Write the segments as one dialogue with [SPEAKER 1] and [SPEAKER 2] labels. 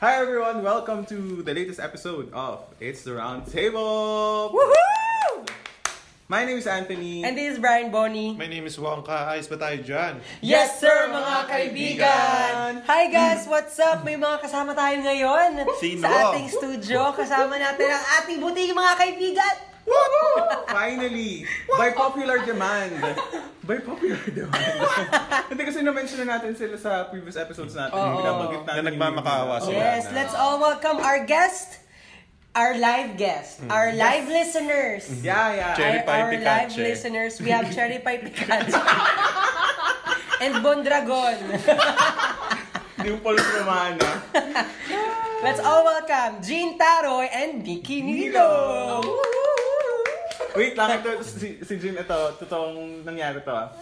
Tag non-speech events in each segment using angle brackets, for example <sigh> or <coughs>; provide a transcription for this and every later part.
[SPEAKER 1] Hi everyone, welcome to the latest episode of It's the Round Table.
[SPEAKER 2] Woohoo!
[SPEAKER 1] My name is Anthony.
[SPEAKER 2] And this is Brian Bonnie.
[SPEAKER 3] My name is Wongka. Ayos ba tayo dyan?
[SPEAKER 2] Yes, sir, mga kaibigan! Hi guys, what's up? May mga kasama tayo ngayon
[SPEAKER 3] Sino?
[SPEAKER 2] sa ating studio. Kasama natin ang ating buting mga kaibigan!
[SPEAKER 1] Finally, by popular demand. By popular
[SPEAKER 2] <laughs>
[SPEAKER 1] demand. Hindi kasi na-mention na natin sila sa previous episodes natin.
[SPEAKER 2] Oo.
[SPEAKER 1] Binabanggit natin.
[SPEAKER 3] Na
[SPEAKER 1] yung-
[SPEAKER 3] nagmamakaawa sila.
[SPEAKER 2] Yes, let's all welcome our guest, our live guest, our live listeners.
[SPEAKER 1] Yeah, yeah.
[SPEAKER 3] Cherry
[SPEAKER 2] Our-
[SPEAKER 3] Pie
[SPEAKER 2] our live
[SPEAKER 3] Picache.
[SPEAKER 2] listeners, we have Cherry Pie Picache. <laughs> and Bondragon.
[SPEAKER 1] Dimple Romana.
[SPEAKER 2] Let's all welcome Jean Taroy and Nikki Nilo.
[SPEAKER 1] Nilo. Wait lang, ito, si, si Jim, ito, totoong nangyari to ah.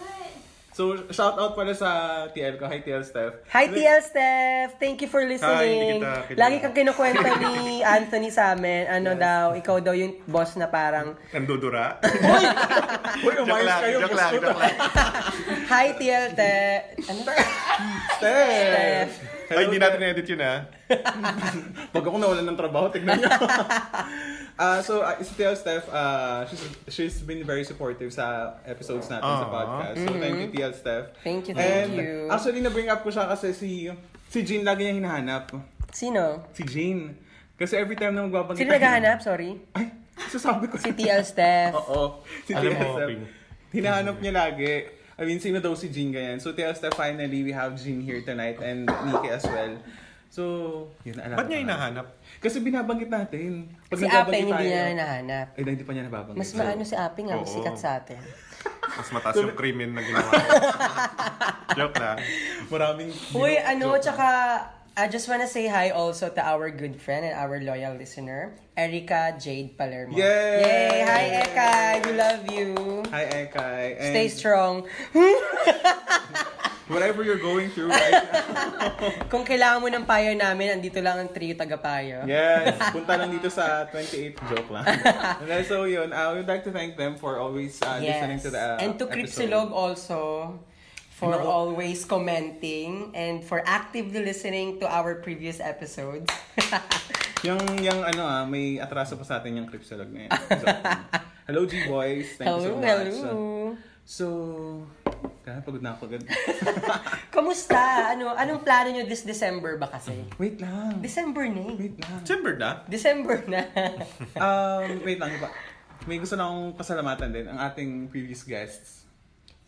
[SPEAKER 1] So, shout out pala sa TL ko. Hi TL Steph.
[SPEAKER 2] Hi TL Steph, thank you for listening.
[SPEAKER 3] Hi, hindi kita kilala.
[SPEAKER 2] Lagi kang kinukwento ni Anthony sa amin, ano daw, ikaw daw yung boss na parang,
[SPEAKER 3] Nandudura?
[SPEAKER 1] Uy, umayos kayo.
[SPEAKER 3] <laughs> joke lang,
[SPEAKER 1] gusto
[SPEAKER 3] joke lang.
[SPEAKER 2] Hi TL Te, ano ba?
[SPEAKER 1] Steph!
[SPEAKER 2] Steph.
[SPEAKER 3] Ay, hindi natin edit yun ah. ha.
[SPEAKER 1] Pag ako nawalan ng trabaho, tignan niyo. <laughs> Ah, so, uh, si Teo Steph, ah, she's, she's been very supportive sa episodes natin sa
[SPEAKER 3] Ah.
[SPEAKER 1] podcast. So, thank you, Teo Steph.
[SPEAKER 2] Mm-hmm. Thank you,
[SPEAKER 1] And
[SPEAKER 2] thank you.
[SPEAKER 1] actually, na-bring up ko siya kasi si, si Jean lagi niya hinahanap.
[SPEAKER 2] Sino?
[SPEAKER 1] Si Jean. Kasi every time na magbabanggit...
[SPEAKER 2] Sino naghahanap? Sorry.
[SPEAKER 1] Ay, sasabi ko.
[SPEAKER 2] Si TL Steph.
[SPEAKER 1] <laughs> Oo. Si
[SPEAKER 3] Alam
[SPEAKER 1] Teo
[SPEAKER 3] mo,
[SPEAKER 1] Steph.
[SPEAKER 3] Ping.
[SPEAKER 1] Hinahanap niya lagi. I mean, sino daw si Jean ganyan. So, Teo Steph, finally, we have Jean here tonight and Nikki as well. So, yun, alam
[SPEAKER 3] Ba't
[SPEAKER 1] ko na.
[SPEAKER 3] niya hinahanap?
[SPEAKER 2] Si
[SPEAKER 1] Kasi binabanggit natin.
[SPEAKER 2] Ape,
[SPEAKER 1] nagbabanggit
[SPEAKER 2] hindi
[SPEAKER 1] tayo-
[SPEAKER 2] niya hinahanap.
[SPEAKER 1] Ay, na, hindi pa niya nababanggit.
[SPEAKER 2] Mas maano si Ape nga, mas
[SPEAKER 3] Oo.
[SPEAKER 2] sikat sa atin.
[SPEAKER 3] Mas mataas yung krimen na ginawa. ko. <laughs> joke lang.
[SPEAKER 1] <laughs> Maraming...
[SPEAKER 2] <laughs> Uy, ano, tsaka I just wanna say hi also to our good friend and our loyal listener, Erica Jade Palermo.
[SPEAKER 1] Yay!
[SPEAKER 2] Yay! Hi, Eka! We love you!
[SPEAKER 1] Hi, Ekay. And
[SPEAKER 2] Stay strong. <laughs>
[SPEAKER 1] Whatever you're going through
[SPEAKER 2] <laughs>
[SPEAKER 1] right
[SPEAKER 2] Kung kailangan mo ng payo namin, andito lang ang trio tagapayo.
[SPEAKER 1] Yes, punta lang dito sa 28 joke
[SPEAKER 2] <laughs>
[SPEAKER 1] lang. And then, so yun, I would like to thank them for always uh, listening to the uh,
[SPEAKER 2] and to Cripsilog also for
[SPEAKER 1] Nako.
[SPEAKER 2] always commenting and for actively listening to our previous episodes. <laughs>
[SPEAKER 1] episode. Yung, yung ano ah, may atraso pa sa atin yung Cripsilog na yun.
[SPEAKER 2] <laughs>
[SPEAKER 1] So, hello G-Boys, thank you so
[SPEAKER 2] hello,
[SPEAKER 1] much.
[SPEAKER 2] hello.
[SPEAKER 1] So, kaya pagod na ako agad.
[SPEAKER 2] Kamusta? Ano, anong plano nyo this December ba kasi?
[SPEAKER 1] Wait lang,
[SPEAKER 2] December na eh.
[SPEAKER 1] wait lang.
[SPEAKER 3] December na?
[SPEAKER 2] December
[SPEAKER 1] <laughs>
[SPEAKER 2] na.
[SPEAKER 1] Um, wait lang. iba. May gusto na akong pasalamatan din ang ating previous guests.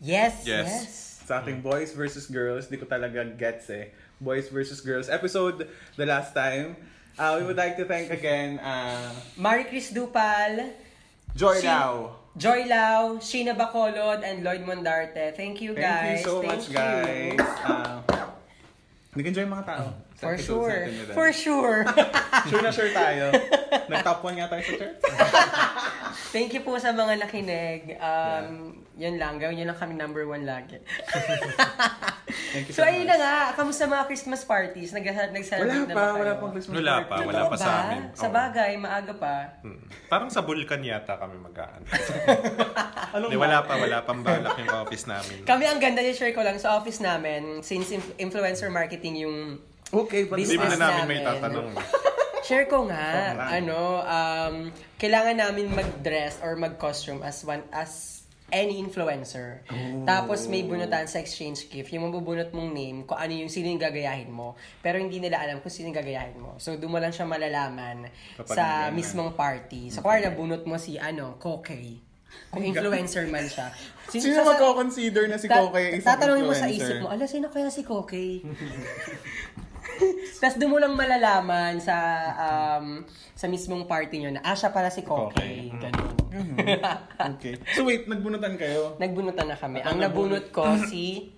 [SPEAKER 2] yes, yes.
[SPEAKER 3] Yes.
[SPEAKER 1] Sa ating
[SPEAKER 2] Hmm.
[SPEAKER 1] boys versus girls, di ko talaga gets eh. Boys versus girls episode the last time. Uh, we would like to thank again uh,
[SPEAKER 2] Marie Chris Dupal,
[SPEAKER 1] Joy
[SPEAKER 2] Si-
[SPEAKER 1] Lau.
[SPEAKER 2] Joy Lau, Sheena Bacolod, and Lloyd Mondarte. Thank you
[SPEAKER 1] Thank
[SPEAKER 2] guys.
[SPEAKER 1] you so
[SPEAKER 2] Thank
[SPEAKER 1] much,
[SPEAKER 2] you. <laughs>
[SPEAKER 1] guys. Uh, Nag-enjoy mga tao. sa
[SPEAKER 2] Oh, For
[SPEAKER 1] episodes
[SPEAKER 2] sure.
[SPEAKER 1] natin nila. <laughs>
[SPEAKER 2] For sure.
[SPEAKER 1] Sure na sure
[SPEAKER 2] <laughs>
[SPEAKER 1] tayo. Nag-top 1 nga tayo sa church.
[SPEAKER 2] Thank you po sa mga nakinig. Um, Yun lang. Gawin nyo lang kami number one lagi.
[SPEAKER 1] Thank you so,
[SPEAKER 2] so, ayun na
[SPEAKER 1] much.
[SPEAKER 2] nga. Kamusta mga Christmas parties? Nag-
[SPEAKER 1] Wala
[SPEAKER 2] Nag-celebrate
[SPEAKER 1] pa,
[SPEAKER 2] na ba kayo?
[SPEAKER 1] wala pang Christmas
[SPEAKER 3] Wala pa,
[SPEAKER 1] party.
[SPEAKER 3] wala pa sa
[SPEAKER 2] Ba?
[SPEAKER 3] amin.
[SPEAKER 2] Sa
[SPEAKER 3] Oo.
[SPEAKER 2] bagay, maaga pa.
[SPEAKER 3] Hmm. Parang sa Bulkan yata kami mag-aan.
[SPEAKER 1] Anong
[SPEAKER 3] Di, wala pa, wala pang balak yung office namin.
[SPEAKER 2] Kami ang ganda, i-share ko lang sa office namin, since inf- influencer marketing yung
[SPEAKER 1] Okay, but
[SPEAKER 3] Hindi mo na
[SPEAKER 2] business
[SPEAKER 3] namin may
[SPEAKER 2] namin.
[SPEAKER 3] tatanong.
[SPEAKER 2] Share ko nga,
[SPEAKER 3] Oo nga.
[SPEAKER 2] ano, um, kailangan namin mag-dress or mag-costume as one, as any influencer. Tapos may bunutan sa exchange gift. Yung mabubunot mong name, kung ano yung sino yung gagayahin mo. Pero hindi nila alam kung sino yung gagayahin mo. So, doon mo lang siya malalaman
[SPEAKER 3] Kapag
[SPEAKER 2] sa
[SPEAKER 3] nagayahin.
[SPEAKER 2] mismong party. So, kung nabunot mo si, ano, Kokey. Kung influencer man siya.
[SPEAKER 1] Sino
[SPEAKER 2] sa-
[SPEAKER 1] magko-consider na si
[SPEAKER 2] Ta-
[SPEAKER 1] Koke ay isang
[SPEAKER 2] Tatanungin mo sa
[SPEAKER 1] influencer?
[SPEAKER 2] isip mo, ala, sino kaya si <laughs> Koke? Tapos doon mo lang malalaman sa um, sa mismong party nyo na, ah, siya pala si Koke.
[SPEAKER 3] Koke.
[SPEAKER 2] Ganun.
[SPEAKER 1] Mm-hmm.
[SPEAKER 2] <laughs>
[SPEAKER 1] Okay. So wait, nagbunutan kayo?
[SPEAKER 2] Nagbunutan na kami.
[SPEAKER 1] At
[SPEAKER 2] Ang
[SPEAKER 1] ang
[SPEAKER 2] nabunot ko
[SPEAKER 1] <coughs>
[SPEAKER 2] si...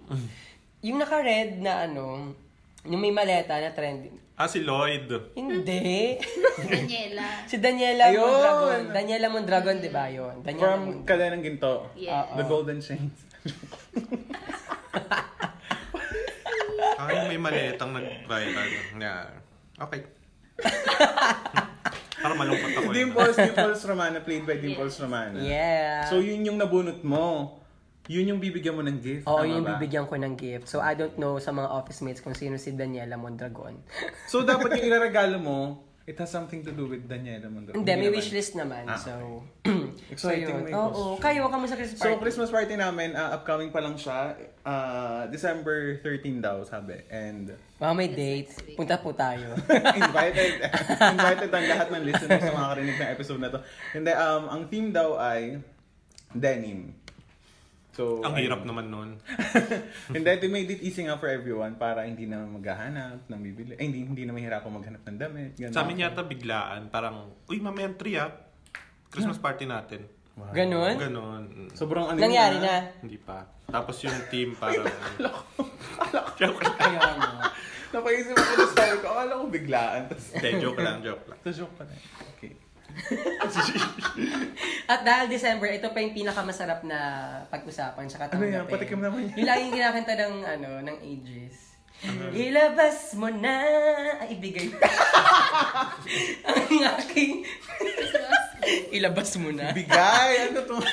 [SPEAKER 2] Yung naka-red na ano, yung may maleta na trending.
[SPEAKER 3] Ah, si Lloyd.
[SPEAKER 1] <laughs>
[SPEAKER 2] Hindi.
[SPEAKER 4] Daniela.
[SPEAKER 2] si Daniela
[SPEAKER 1] Ayun!
[SPEAKER 2] Mondragon. Daniela Mondragon, di ba yun? Daniela
[SPEAKER 1] From
[SPEAKER 2] Mondragon.
[SPEAKER 1] Kala ng Ginto.
[SPEAKER 4] Yeah.
[SPEAKER 1] The Golden Chains.
[SPEAKER 3] Ah, yung may malitang nag-viral. Yeah.
[SPEAKER 1] <laughs>
[SPEAKER 3] Okay. Parang malungkot <laughs> ako. eh. yun. <laughs>
[SPEAKER 1] Dimples, Dimples Romana, played by Dimples Romana.
[SPEAKER 2] Yeah.
[SPEAKER 1] So yun yung nabunot mo. Yun yung bibigyan mo ng gift.
[SPEAKER 2] Oo,
[SPEAKER 1] tama
[SPEAKER 2] yun yung
[SPEAKER 1] ba?
[SPEAKER 2] bibigyan ko ng gift. So, I don't know sa mga office mates kung sino si Daniela Mondragon. <laughs>
[SPEAKER 1] So, dapat yung ilaregalo mo, it has something to do with Daniela Mundo.
[SPEAKER 2] Hindi, may
[SPEAKER 1] naman.
[SPEAKER 2] wishlist naman.
[SPEAKER 1] Ah,
[SPEAKER 2] so, <clears throat> so
[SPEAKER 1] Exciting
[SPEAKER 2] yun.
[SPEAKER 1] may costume.
[SPEAKER 2] Oo, kayo, kamusta Christmas
[SPEAKER 1] So,
[SPEAKER 2] party?
[SPEAKER 1] Christmas party namin, ah, upcoming pa lang siya. Ah, December 13 daw, sabi. And <laughs>
[SPEAKER 2] Baka may date. Punta po tayo.
[SPEAKER 1] invited, invited ang lahat ng listeners sa makakarinig ng episode na to. Hindi, um, ang theme daw ay denim. So,
[SPEAKER 3] Ang
[SPEAKER 1] ayun.
[SPEAKER 3] hirap naman nun.
[SPEAKER 1] Hindi, they made it easy nga for everyone para hindi na maghahanap ng bibili. Eh, hindi, hindi na mahirapang maghanap ng damit. Ganun.
[SPEAKER 3] Sa amin yata biglaan, parang, uy, mamaya ang tree ah. Christmas party natin.
[SPEAKER 1] Wow.
[SPEAKER 2] Ganon?
[SPEAKER 3] Ganon. Mm,
[SPEAKER 1] Sobrang ano
[SPEAKER 2] Nangyari
[SPEAKER 1] yun, ah.
[SPEAKER 2] na.
[SPEAKER 3] Hindi pa. Tapos yung team parang... <laughs> Joke lang.
[SPEAKER 2] Kayo, ano?
[SPEAKER 1] Napaisip ako na story ko. Akala ko biglaan. Tapos,
[SPEAKER 3] Hindi, joke lang, joke lang.
[SPEAKER 1] tapos joke eh. pa na. Okay.
[SPEAKER 2] At dahil December, ito pa yung pinakamasarap na pag-usapan sa
[SPEAKER 1] Ano
[SPEAKER 2] katanggapin.
[SPEAKER 1] yan? Patikim naman yan. Ano?
[SPEAKER 2] Yung laging kinakanta ng, ano, ng ages. Ilabas mo na ay
[SPEAKER 1] <laughs>
[SPEAKER 2] ibigay mo. ang aking ilabas mo na.
[SPEAKER 1] Bigay! Ano to? <laughs>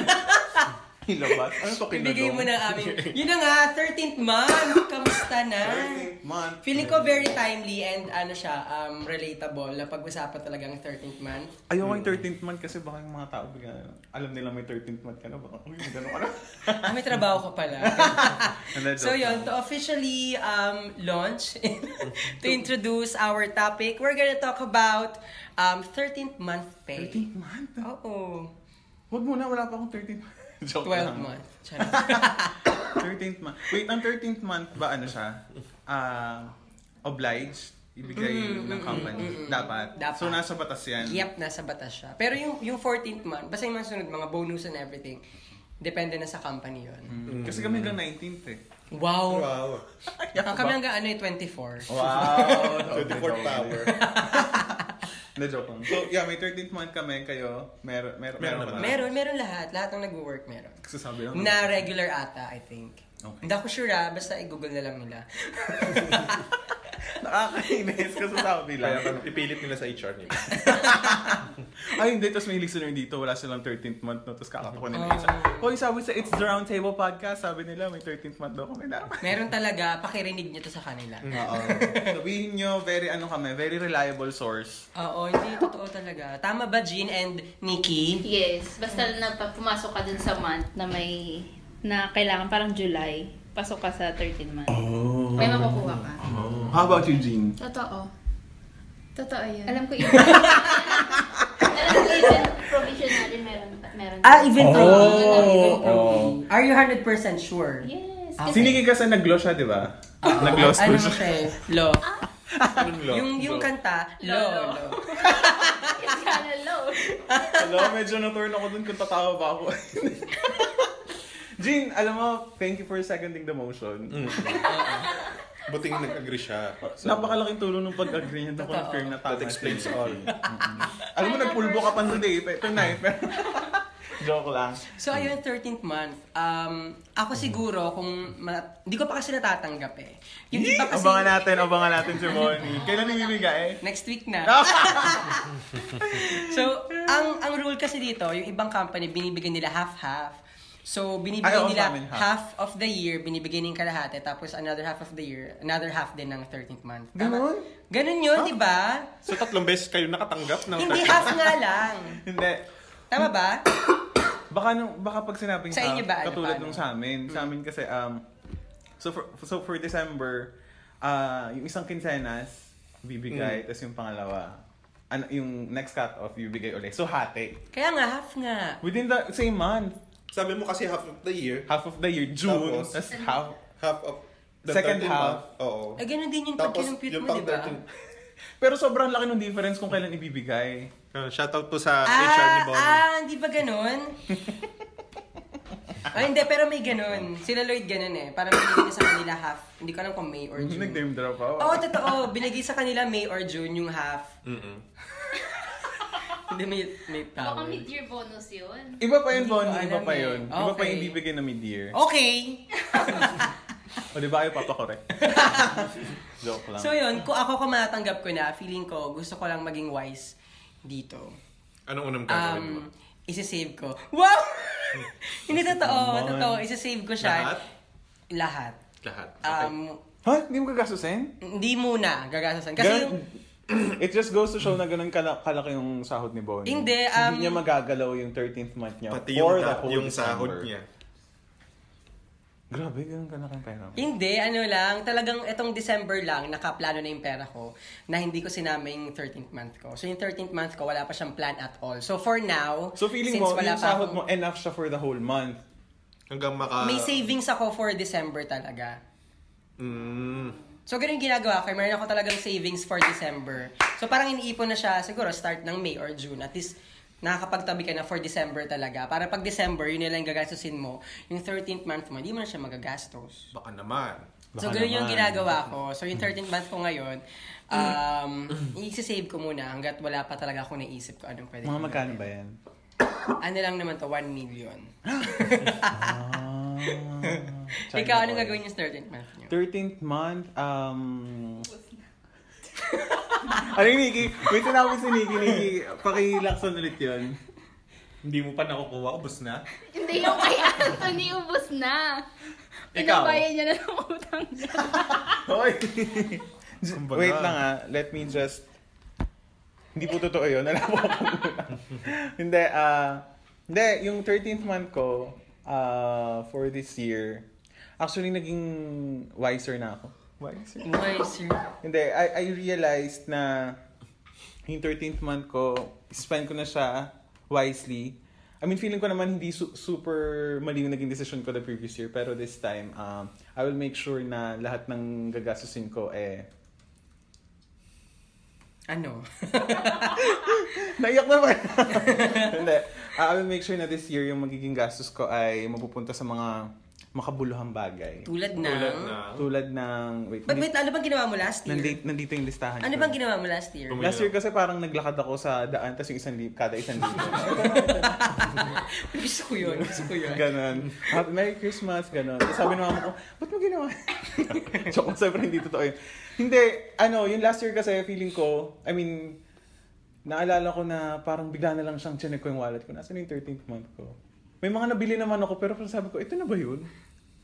[SPEAKER 1] Hilabas? Ano to kinulong?
[SPEAKER 2] Ibigay mo na aming. Yun na nga, 13th month. Kamusta na?
[SPEAKER 1] Month.
[SPEAKER 2] Feeling ko very timely and ano siya, um, relatable na pag-usapan talagang 13th month.
[SPEAKER 1] Ayoko yung 13th month kasi baka yung mga tao bigla alam nila may 13th month ka na baka uy gano'n <laughs> ka na.
[SPEAKER 2] Ah, may trabaho ka pala.
[SPEAKER 1] Hindi, joke
[SPEAKER 2] so
[SPEAKER 1] lang.
[SPEAKER 2] yun, to officially um, launch, <laughs> to introduce our topic, we're gonna talk about um, 13th month pay.
[SPEAKER 1] 13th month?
[SPEAKER 2] Oo.
[SPEAKER 1] Wag muna, wala pa akong 13th month. <laughs> Joke lang.
[SPEAKER 2] 12th month. Charot.
[SPEAKER 1] 13th month. Wait, ang 13th month ba ano siya? Ah, obliged
[SPEAKER 2] Mm,
[SPEAKER 1] ibigay ng company. Dapat.
[SPEAKER 2] Dapat.
[SPEAKER 1] So nasa batas yan.
[SPEAKER 2] Yep, nasa batas siya. Pero yung, yung 14th month, basta yung mga sunod, mga bonus and everything, depende na sa company yun.
[SPEAKER 1] Mm. Kasi kami hanggang 19th eh.
[SPEAKER 2] Wow!
[SPEAKER 3] Wow.
[SPEAKER 2] Ang kami hanggang ano eh, 24.
[SPEAKER 1] Oh, <laughs> Wow!
[SPEAKER 3] 24th <laughs> hour.
[SPEAKER 1] Na joke lang. So, yeah, may 13th month kami kayo. Meron meron
[SPEAKER 3] Meron naman.
[SPEAKER 2] Meron, meron lahat. Lahat ng nagwo-work meron.
[SPEAKER 1] Sasabi lang.
[SPEAKER 2] Na regular ata, I think.
[SPEAKER 1] Ano Okay.
[SPEAKER 2] Hindi ako sure ah, basta i-google na lang nila. <laughs>
[SPEAKER 1] Nakakainis ka sa sabi
[SPEAKER 3] Kaya
[SPEAKER 1] lang.
[SPEAKER 3] ipilit nila sa HR nila.
[SPEAKER 1] Ay, hindi. Tapos may listener dito. Wala silang 13th month. No? Tapos kakatawa nila isa. Hoy, sabi sa It's the Roundtable Podcast. Sabi nila, may 13th month daw kami na.
[SPEAKER 2] Meron talaga, pakirinig nyo to sa kanila.
[SPEAKER 1] Oo. Sabihin nyo, very ano kami, very reliable source.
[SPEAKER 2] Oo, hindi totoo talaga. Tama ba, Jean and Nikki?
[SPEAKER 4] Yes, basta na pag pumasok ka dun sa month na may na kailangan parang July, pasok ka sa 13 month.
[SPEAKER 1] Oh.
[SPEAKER 4] May makukuha ka.
[SPEAKER 1] How about you, Jean?
[SPEAKER 5] Totoo. Totoo yun.
[SPEAKER 4] Alam ko even Alam ko even provisionary meron meron.
[SPEAKER 2] Ah, even
[SPEAKER 1] Oh!
[SPEAKER 2] pro. Even pro.
[SPEAKER 1] Oh.
[SPEAKER 2] Are you 100% sure?
[SPEAKER 4] Yes.
[SPEAKER 2] Ah,
[SPEAKER 1] Si Nikki kasi nag-glow siya, di ba?
[SPEAKER 2] Ano
[SPEAKER 1] Nag-glow school siya.
[SPEAKER 2] siya eh?
[SPEAKER 1] <laughs>
[SPEAKER 2] Lo.
[SPEAKER 3] Anong law?
[SPEAKER 2] Yung, yung kanta, lo,
[SPEAKER 4] Lo.
[SPEAKER 2] lo.
[SPEAKER 4] It's kinda low.
[SPEAKER 1] Alam, medyo na-turn ako dun kung tatawa ba ako. <laughs> Jean, alam mo, thank you for seconding the motion.
[SPEAKER 3] Buting nag-agree siya. So,
[SPEAKER 1] Napakalaking tulong ng pag-agree niya to
[SPEAKER 2] Totoo.
[SPEAKER 1] confirm na tama.
[SPEAKER 3] That explains
[SPEAKER 1] siya. Mm-hmm.
[SPEAKER 3] all.
[SPEAKER 1] Alam mo, nagpulbo ka pa eh. today, pe- tonight. pero- Joke lang.
[SPEAKER 2] So, ayun, 13th month. Um, ako
[SPEAKER 1] Mm.
[SPEAKER 2] siguro, kung... ma- Hindi ko pa kasi natatanggap eh. Yung
[SPEAKER 1] Yee!
[SPEAKER 2] iba kasi...
[SPEAKER 1] Abangan natin, abangan natin si Bonnie. Kailan ibibigay eh?
[SPEAKER 2] Next week na. <laughs> so, ang ang rule kasi dito, yung ibang company, binibigyan nila half-half. So, binibigay
[SPEAKER 1] Ay, oo, sa
[SPEAKER 2] nila
[SPEAKER 1] amin, half.
[SPEAKER 2] half. of the year, binibigay ng kalahati, tapos another half of the year, another half din ng 13th month.
[SPEAKER 1] Ganon?
[SPEAKER 2] Ganon yun, di ba?
[SPEAKER 3] so tatlong beses kayo nakatanggap ng...
[SPEAKER 2] Hindi half nga lang.
[SPEAKER 1] Hindi.
[SPEAKER 2] Tama ba?
[SPEAKER 1] Baka, nung, baka pag sinabing um,
[SPEAKER 2] Sa inyo ba, ano,
[SPEAKER 1] katulad
[SPEAKER 2] paano?
[SPEAKER 1] nung sa amin. Sa amin kasi, um, so for, so for December, ah yung isang kinsenas, bibigay.
[SPEAKER 2] Mm.
[SPEAKER 1] Tapos yung pangalawa, ano, yung next cut-off, bibigay ulit. So, hati.
[SPEAKER 2] Kaya nga, half nga.
[SPEAKER 1] Within the same month,
[SPEAKER 3] Sabi mo kasi half of the year,
[SPEAKER 1] half of the year, June,
[SPEAKER 3] Tapos,
[SPEAKER 1] tapos half,
[SPEAKER 3] half of
[SPEAKER 1] Second
[SPEAKER 3] 13
[SPEAKER 1] half.
[SPEAKER 3] month. Oo.
[SPEAKER 2] Eh, ganon din yung pag kinumpute mo, di ba?
[SPEAKER 1] Pero sobrang laki ng difference kung kailan ibibigay.
[SPEAKER 3] Uh, shoutout po sa HR ni
[SPEAKER 2] Ah,
[SPEAKER 3] Bonnie.
[SPEAKER 2] ah, hindi ba
[SPEAKER 3] <laughs>
[SPEAKER 2] ganun? Ay, hindi, pero may ganun. Sila Lloyd ganun eh. Parang binigay niya sa kanila half. Hindi ko alam kung May or
[SPEAKER 3] Mm-hmm.
[SPEAKER 2] June.
[SPEAKER 1] Nag-name drop ako.
[SPEAKER 2] Oo, totoo. Binigay sa kanila May or June yung half.
[SPEAKER 3] Mm-mm.
[SPEAKER 2] Hindi, may, may
[SPEAKER 4] Baka
[SPEAKER 2] tawag.
[SPEAKER 4] mid-year bonus yun.
[SPEAKER 1] Iba pa yun,
[SPEAKER 2] Hindi ko
[SPEAKER 1] Bonnie. Iba
[SPEAKER 2] alam
[SPEAKER 1] pa
[SPEAKER 2] eh.
[SPEAKER 1] yun. Iba pa
[SPEAKER 2] Okay. Oh.
[SPEAKER 1] yung bibigay na mid-year.
[SPEAKER 2] Okay!
[SPEAKER 1] O, di ba kayo
[SPEAKER 2] <laughs>
[SPEAKER 1] papakorek? Joke lang.
[SPEAKER 2] So yun, kung ako ko matatanggap ko na, feeling ko, gusto ko lang maging wise dito.
[SPEAKER 3] Anong unang gagawin mo? <laughs>
[SPEAKER 2] Um, isi-save ko. Wow! Hindi totoo,
[SPEAKER 1] Come on.
[SPEAKER 2] totoo. Isa-save ko siya.
[SPEAKER 3] Lahat?
[SPEAKER 2] Lahat.
[SPEAKER 3] Lahat. Okay.
[SPEAKER 2] Um,
[SPEAKER 1] Ha? Hindi mo gagastusin?
[SPEAKER 2] hindi muna gagasasan. Kasi yung,
[SPEAKER 1] It just goes to show na ganun kala- kalaki yung sahod ni Bonnie.
[SPEAKER 2] Hindi, um,
[SPEAKER 1] Hindi niya magagalaw yung 13th month niya.
[SPEAKER 3] Pati
[SPEAKER 1] or
[SPEAKER 3] yung,
[SPEAKER 1] the
[SPEAKER 3] ta-
[SPEAKER 1] whole
[SPEAKER 3] yung
[SPEAKER 1] December.
[SPEAKER 3] sahod niya.
[SPEAKER 1] Grabe, ganun kalaki yung pera. mo.
[SPEAKER 2] Hindi, ano lang, talagang itong December lang, nakaplano na yung pera ko na hindi ko sinama yung 13th month ko. So yung 13th month ko, wala pa siyang plan at all. So for now,
[SPEAKER 1] So feeling
[SPEAKER 2] since
[SPEAKER 1] mo,
[SPEAKER 2] wala
[SPEAKER 1] yung
[SPEAKER 2] pa
[SPEAKER 1] sahod
[SPEAKER 2] akong-
[SPEAKER 1] mo Ah. enough siya for the whole month.
[SPEAKER 3] Hanggang maka...
[SPEAKER 2] may savings ako for December talaga.
[SPEAKER 3] Mm,
[SPEAKER 2] So, ganun yung ginagawa ko. Meron ako talagang savings for December. So, parang iniipon na siya siguro start ng May or June. At least, nakakapagtabi ka na for December talaga. Para pag December, yun na lang yung gagastusin mo. Yung 13th month mo, hindi mo na siya magagastos.
[SPEAKER 3] baka naman.
[SPEAKER 2] so,
[SPEAKER 1] Baka
[SPEAKER 2] ganun yung
[SPEAKER 1] naman.
[SPEAKER 2] ginagawa ko. So, yung 13th month ko ngayon, um, i-save ko muna hanggat wala pa talaga ako naisip ko anong pwede.
[SPEAKER 1] Mga
[SPEAKER 2] ko
[SPEAKER 1] magkano
[SPEAKER 2] gawin.
[SPEAKER 1] ba yan?
[SPEAKER 2] Ano lang naman to, 1 million. <laughs>
[SPEAKER 1] Ah, China
[SPEAKER 2] Ikaw, anong
[SPEAKER 1] oil.
[SPEAKER 2] gagawin yung 13th month niyo?
[SPEAKER 1] 13th month, um... ano yung Nikki? Wait, sinabi si Nikki, Nikki, pakilaksan ulit yun.
[SPEAKER 3] Hindi mo pa nakukuha, ubos na.
[SPEAKER 4] Hindi yung kay Anthony, ubos na.
[SPEAKER 3] Ikaw?
[SPEAKER 4] Pinabayan niya na ng utang niya.
[SPEAKER 1] <laughs> Hoy!
[SPEAKER 3] Kumbaga.
[SPEAKER 1] Wait lang ah, let me just... Hindi po totoo yun, alam mo ako muna. <laughs> Hindi, ah... hindi, yung 13th month ko, ah, for this year, actually naging wiser na ako. Wiser?
[SPEAKER 2] Why, sir?
[SPEAKER 1] Hindi, I, I realized na yung 13th month ko, spend ko na siya wisely. I mean, feeling ko naman hindi su- super mali yung naging decision ko the previous year. Pero this time, um, I will make sure na lahat ng gagastusin ko eh... <laughs>
[SPEAKER 2] Ano? <laughs>
[SPEAKER 1] Naiyak naman! <laughs> Hindi. I will make sure na this year yung magiging gastos ko ay mapupunta sa mga makabuluhang bagay.
[SPEAKER 2] Tulad ng...
[SPEAKER 3] Tulad na.
[SPEAKER 1] Tulad ng... Wait,
[SPEAKER 2] But wait, ano bang ginawa mo last year?
[SPEAKER 1] nandito, nandito yung listahan
[SPEAKER 2] Ano
[SPEAKER 1] ko.
[SPEAKER 2] bang ginawa mo last year?
[SPEAKER 3] Bumi-
[SPEAKER 1] Last year kasi parang naglakad ako sa daan tapos yung isang libo, kada isang libo.
[SPEAKER 2] <laughs> Gusto ko yun, gusto ko yun.
[SPEAKER 1] Ganon. Happy Merry Christmas, ganon. Tapos sabi ng mama ko, ba't mo ginawa? <laughs> Joke lang, syempre hindi totoo yun. Hindi, ano, yung last year kasi feeling ko, I mean, naalala ko na parang bigla na lang siyang chinek ko yung wallet ko. Nasaan yung 13th month ko? May mga nabili naman ako, pero parang sabi ko, ito na ba yun?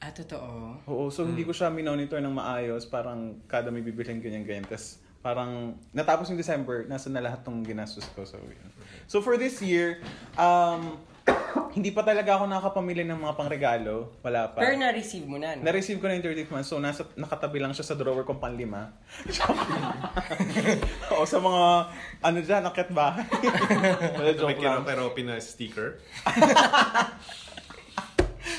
[SPEAKER 2] Ah, totoo.
[SPEAKER 1] Oo, so hindi ko siya minonitor ng maayos. Parang kada may bibilhin ganyan-ganyan. Tapos parang natapos yung December, nasa na lahat ng ginastos ko. So, yun. so for this year, um, <coughs> hindi pa talaga ako nakakapamili ng mga pangregalo. Wala pa.
[SPEAKER 2] Pero na-receive mo na, no?
[SPEAKER 1] Na-receive ko na yung 30th month, so nasa, nakatabi lang siya sa drawer kong panlima. <laughs> Oo, sa mga, ano dyan, akit bahay. <laughs> Wala
[SPEAKER 3] May
[SPEAKER 1] joke lang.
[SPEAKER 3] kino na sticker.